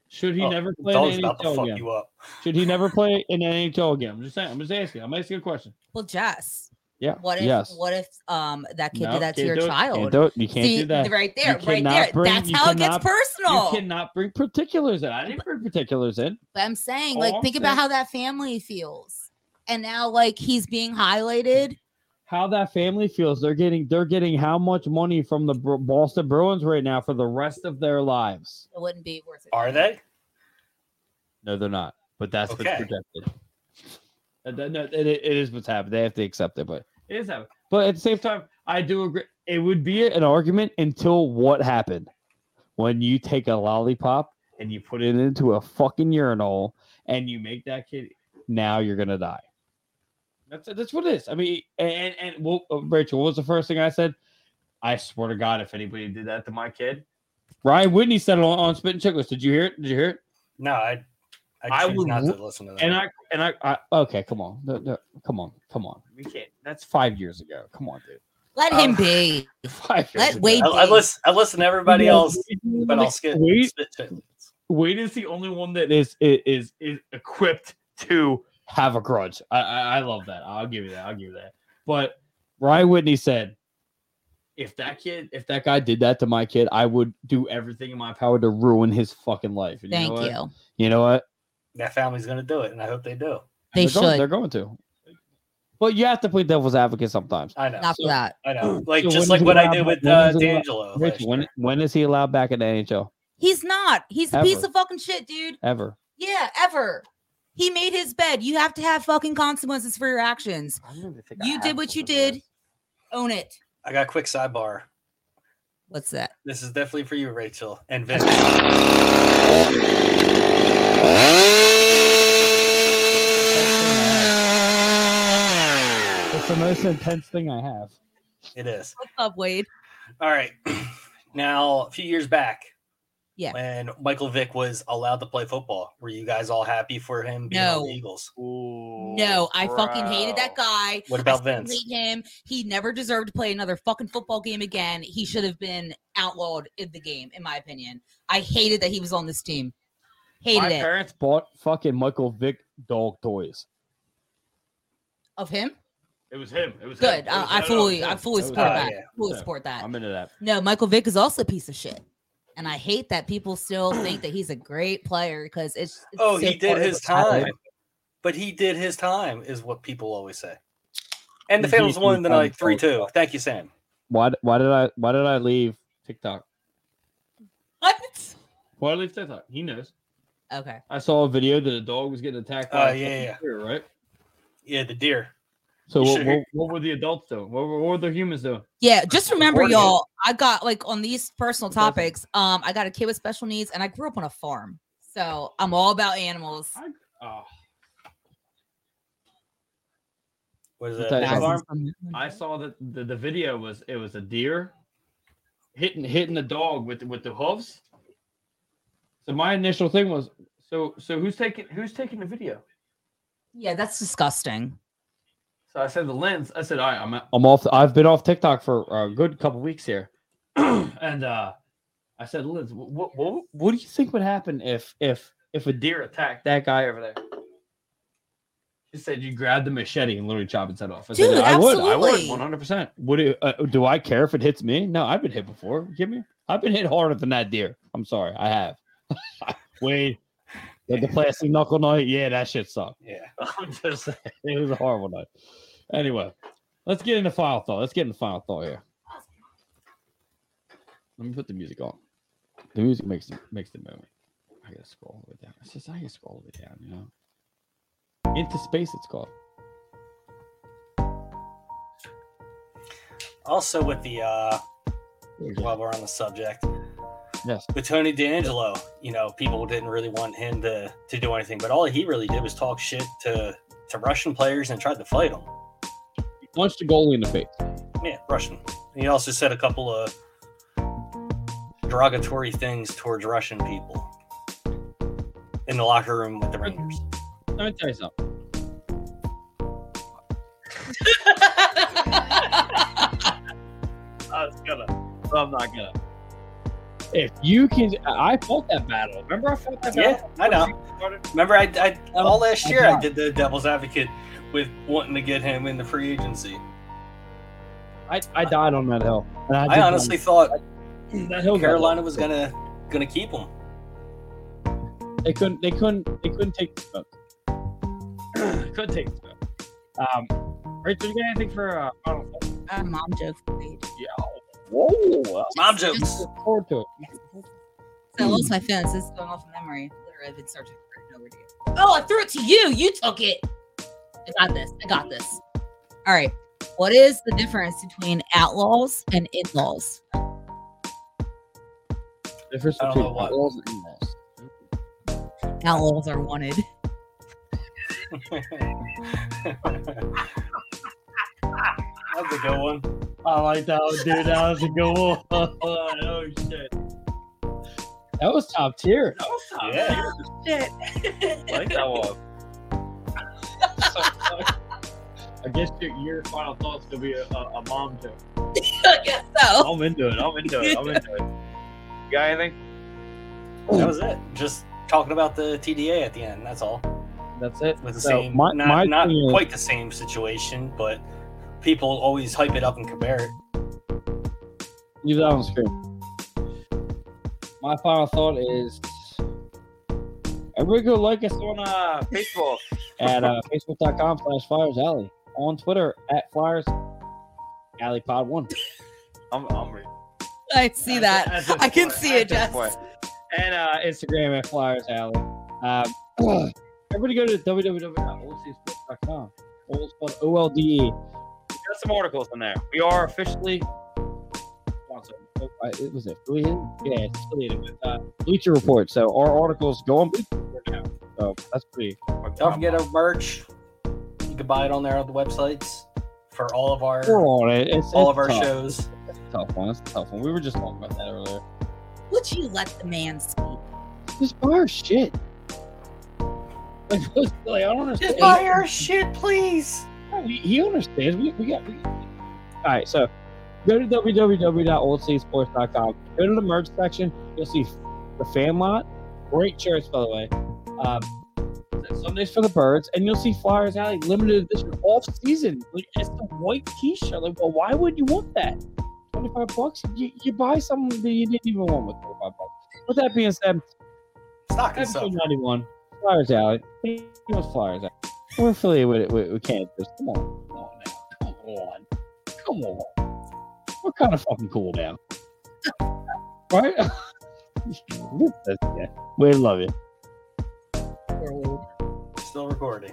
Should he Oh, never play Dog's in the about to fuck NHL again? you up. Should he never play in the NHL again? I'm just saying. I'm just asking. I'm asking a question. Well, Jess, Yeah. what if yes. what if um that kid No, did that to can't your do it. Can't child? do it. You can't See, do that. right there, right cannot there. bring- That's you how it gets cannot- You personal. cannot bring particulars in. I didn't bring particulars in. But I'm saying, All like, I'm think saying- about how that family feels. And now, like, he's being highlighted. How that family feels. They're getting. They're getting how much money from the Bru- Boston Bruins right now for the rest of their lives? It wouldn't be worth it. Are they? No, they're not. But that's Okay. what's projected. Uh, that- no, it, it is what's happened. They have to accept it, but it is happening. But at the same time, I do agree. It would be an argument until what happened when you take a lollipop and you put it into a fucking urinal and you make that kid. Now you're gonna die. That's that's what it is. I mean, and and well, uh, Rachel, what was the first thing I said? I swear to God, if anybody did that to my kid, Ryan Whitney said it on, on Spit and Chicklets. Did you hear it? Did you hear it? No, I. I, I choose would not w- to listen to that. And I and I, I okay, come on, No, no, come on, come on. We can't. That's five years ago. Come on, dude. Let Oh. him be. Five years. Let ago. Wade I, I listen. I listen to everybody Yeah, else, Wade- but I'll skip. Wade- spit to- Wade is the only one that is i- is is equipped to have a grudge. I, I I love that. I'll give you that. I'll give you that. But Ryan Whitney said, if that kid, if that guy did that to my kid, I would do everything in my power to ruin his fucking life. And Thank know you. what? You know what? That family's gonna do it, and I hope they do. They they're Going, should. they're going to. But you have to play devil's advocate sometimes. I know. Not for that. I know. Like Hmm. So when just is like it what I allowed- did with when uh, is it allowed- D'Angelo. last Rich, when year. when is he allowed back in the NHL He's not. He's a piece Ever. of fucking shit, dude. ever? Yeah, ever. He made his bed. You have to have fucking consequences for your actions. You did what you did. Own it. I got a quick sidebar. What's that? This is definitely for you, Rachel and Vince. It's the most intense thing I have. it is. What's up, Wade? All right. Now, a few years back, Yeah. when Michael Vick was allowed to play football, were you guys all happy for him being on No. the Eagles? Oh, No, I fucking hated that guy. What I about still Vince? hate him. He never deserved to play another fucking football game again. He should have been outlawed in the game, in my opinion. I hated that he was on this team. Hated My it. parents bought fucking Michael Vick dog toys. Of him? It was him. It was Good. Him. It was- I, I no, no, fully it was I him. fully That was support him. that. Yeah. fully Yeah. support that. I'm into that. No, Michael Vick is also a piece of shit. And I hate that people still think that he's a great player because it's, it's Oh, so he far did his over- time. But he did his time, is what people always say. And the He did Phantoms won his the time night for 3 2. Thank you, Sam. Why d- why did I why did I leave TikTok? What? Why did I leave TikTok? He knows. Okay. I saw a video that a dog was getting attacked. Oh, a yeah, fucking yeah. deer, right. Yeah, the deer. So You what, should what, hear- what were the adults doing? What were, what were the humans doing? Yeah, just remember, Supporting it. y'all. I got like on these personal doesn't? topics. Um, I got a kid with special needs, and I grew up on a farm, so I'm all about animals. Oh, Was I'll it tell you Pig something. Farm? I saw that the, the video was it was a deer hitting hitting the dog with with the hooves. So my initial thing was so so who's taking who's taking the video? Yeah, that's disgusting. So I said the lens. I said All right, I'm I'm off. I've been off TikTok for a good couple weeks here, and uh I said Liz, what what what do you think would happen if if if a deer attacked that guy over there? She said you grab the machete and literally chop his head off. I said, Dude, I would, I would, absolutely. one hundred percent. Would it, uh, do I care if it hits me? No, I've been hit before. Give me, I've been hit harder than that deer. I'm sorry, I have. Wait, the, the plastic knuckle night, yeah, that shit sucked. Yeah. I'm just saying, it was a horrible night. Anyway, let's get into final thought. Let's get into final thought here. Let me put the music on. The music makes the makes the moment. I gotta scroll all the way down. It's just I gotta scroll all the way down, you know. Into space, it's called. Also, with the, uh, There you go. while we're on the subject, Yes. with Tony D'Angelo, you know, people didn't really want him to to do anything, but all he really did was talk shit to to Russian players and tried to fight them. Punch the goalie in the face. Yeah, Russian. And he also said a couple of derogatory things towards Russian people in the locker room with the Rangers. Let me tell you something. I was gonna, but I'm not gonna. If you can, I fought that battle. Remember, I fought that battle. Yeah, I know. Remember, I, I all last year I did the devil's advocate with wanting to get him in the free agency. I, I died on that hill. And I, I did honestly thought win. that hill got Carolina was gonna gonna keep him. They couldn't. They couldn't. They couldn't take the smoke. they couldn't take the smoke. Um, Rachel, you got anything for uh, final thought? Uh, mom joke. Wade. Whoa! Mom jokes. Look forward to it. So I lost my phone. So this is going off of memory. Literally, I've been searching for it nowhere to go. Oh, I threw it to you. You took it. I got this. I got this. All right. What is the difference between outlaws and in-laws? Difference I don't between know what. outlaws and in-laws. Outlaws are wanted. That's a good one. I like that one, dude. That was a good one. oh shit. That was top tier. Yeah. Shit. like that one. I guess your, your final thoughts could be a, a, a mom joke. I guess so. I'm into it. I'm into it. I'm into it. You got anything? That was it. Just talking about the TDA at the end. That's all. That's it. With the So, same, my- not, my not thing is- quite the same situation, but people always hype it up and compare it. Leave that on screen. My final thought is everybody go like us on uh, Facebook. at uh, facebook.com slash flyers alley on Twitter at flyers alley pod one. I'm, I'm re- I see at that. this- at this I can point, see at it, this Jess. point. and uh, Instagram at Flyers Alley. Um, everybody go to www.oldcsports.com. Old spelled O L D E. Got some articles in there. We are officially Sponsored. Oh, I- It was it affiliated? Yeah, it's affiliated with uh, Bleacher Report. So our articles go on Bleacher Report now. So that's pretty. Don't forget our merch. You can buy it on there on the websites for all of our We're on it. It's, all it's of our tough. shows. It's a tough one. It's a tough one. We were just talking about that earlier. Would you let the man speak? Just buy our shit. Like, like, I don't understand. our shit, please. No, he, he understands. We, we got. We, all right, so go to www.oldcsports.com. Go to the merch section. You'll see the fan lot. Great shirts, by the way. Um, Sundays for the birds, and you'll see Flyers Alley limited edition off season. Like it's the white T-shirt. Like, well, why would you want that? Twenty-five bucks. You, you buy something that you didn't even want with twenty-five bucks. With that being said, Stock and Episode stuff. 91. Flyers Alley. He was Flyers Alley. We're affiliated with it. We, we can't just. Come on. Come on now. Come on. Come on. We're kind of fucking cool now. right? That's- yeah. we love you. Or would- Still recording.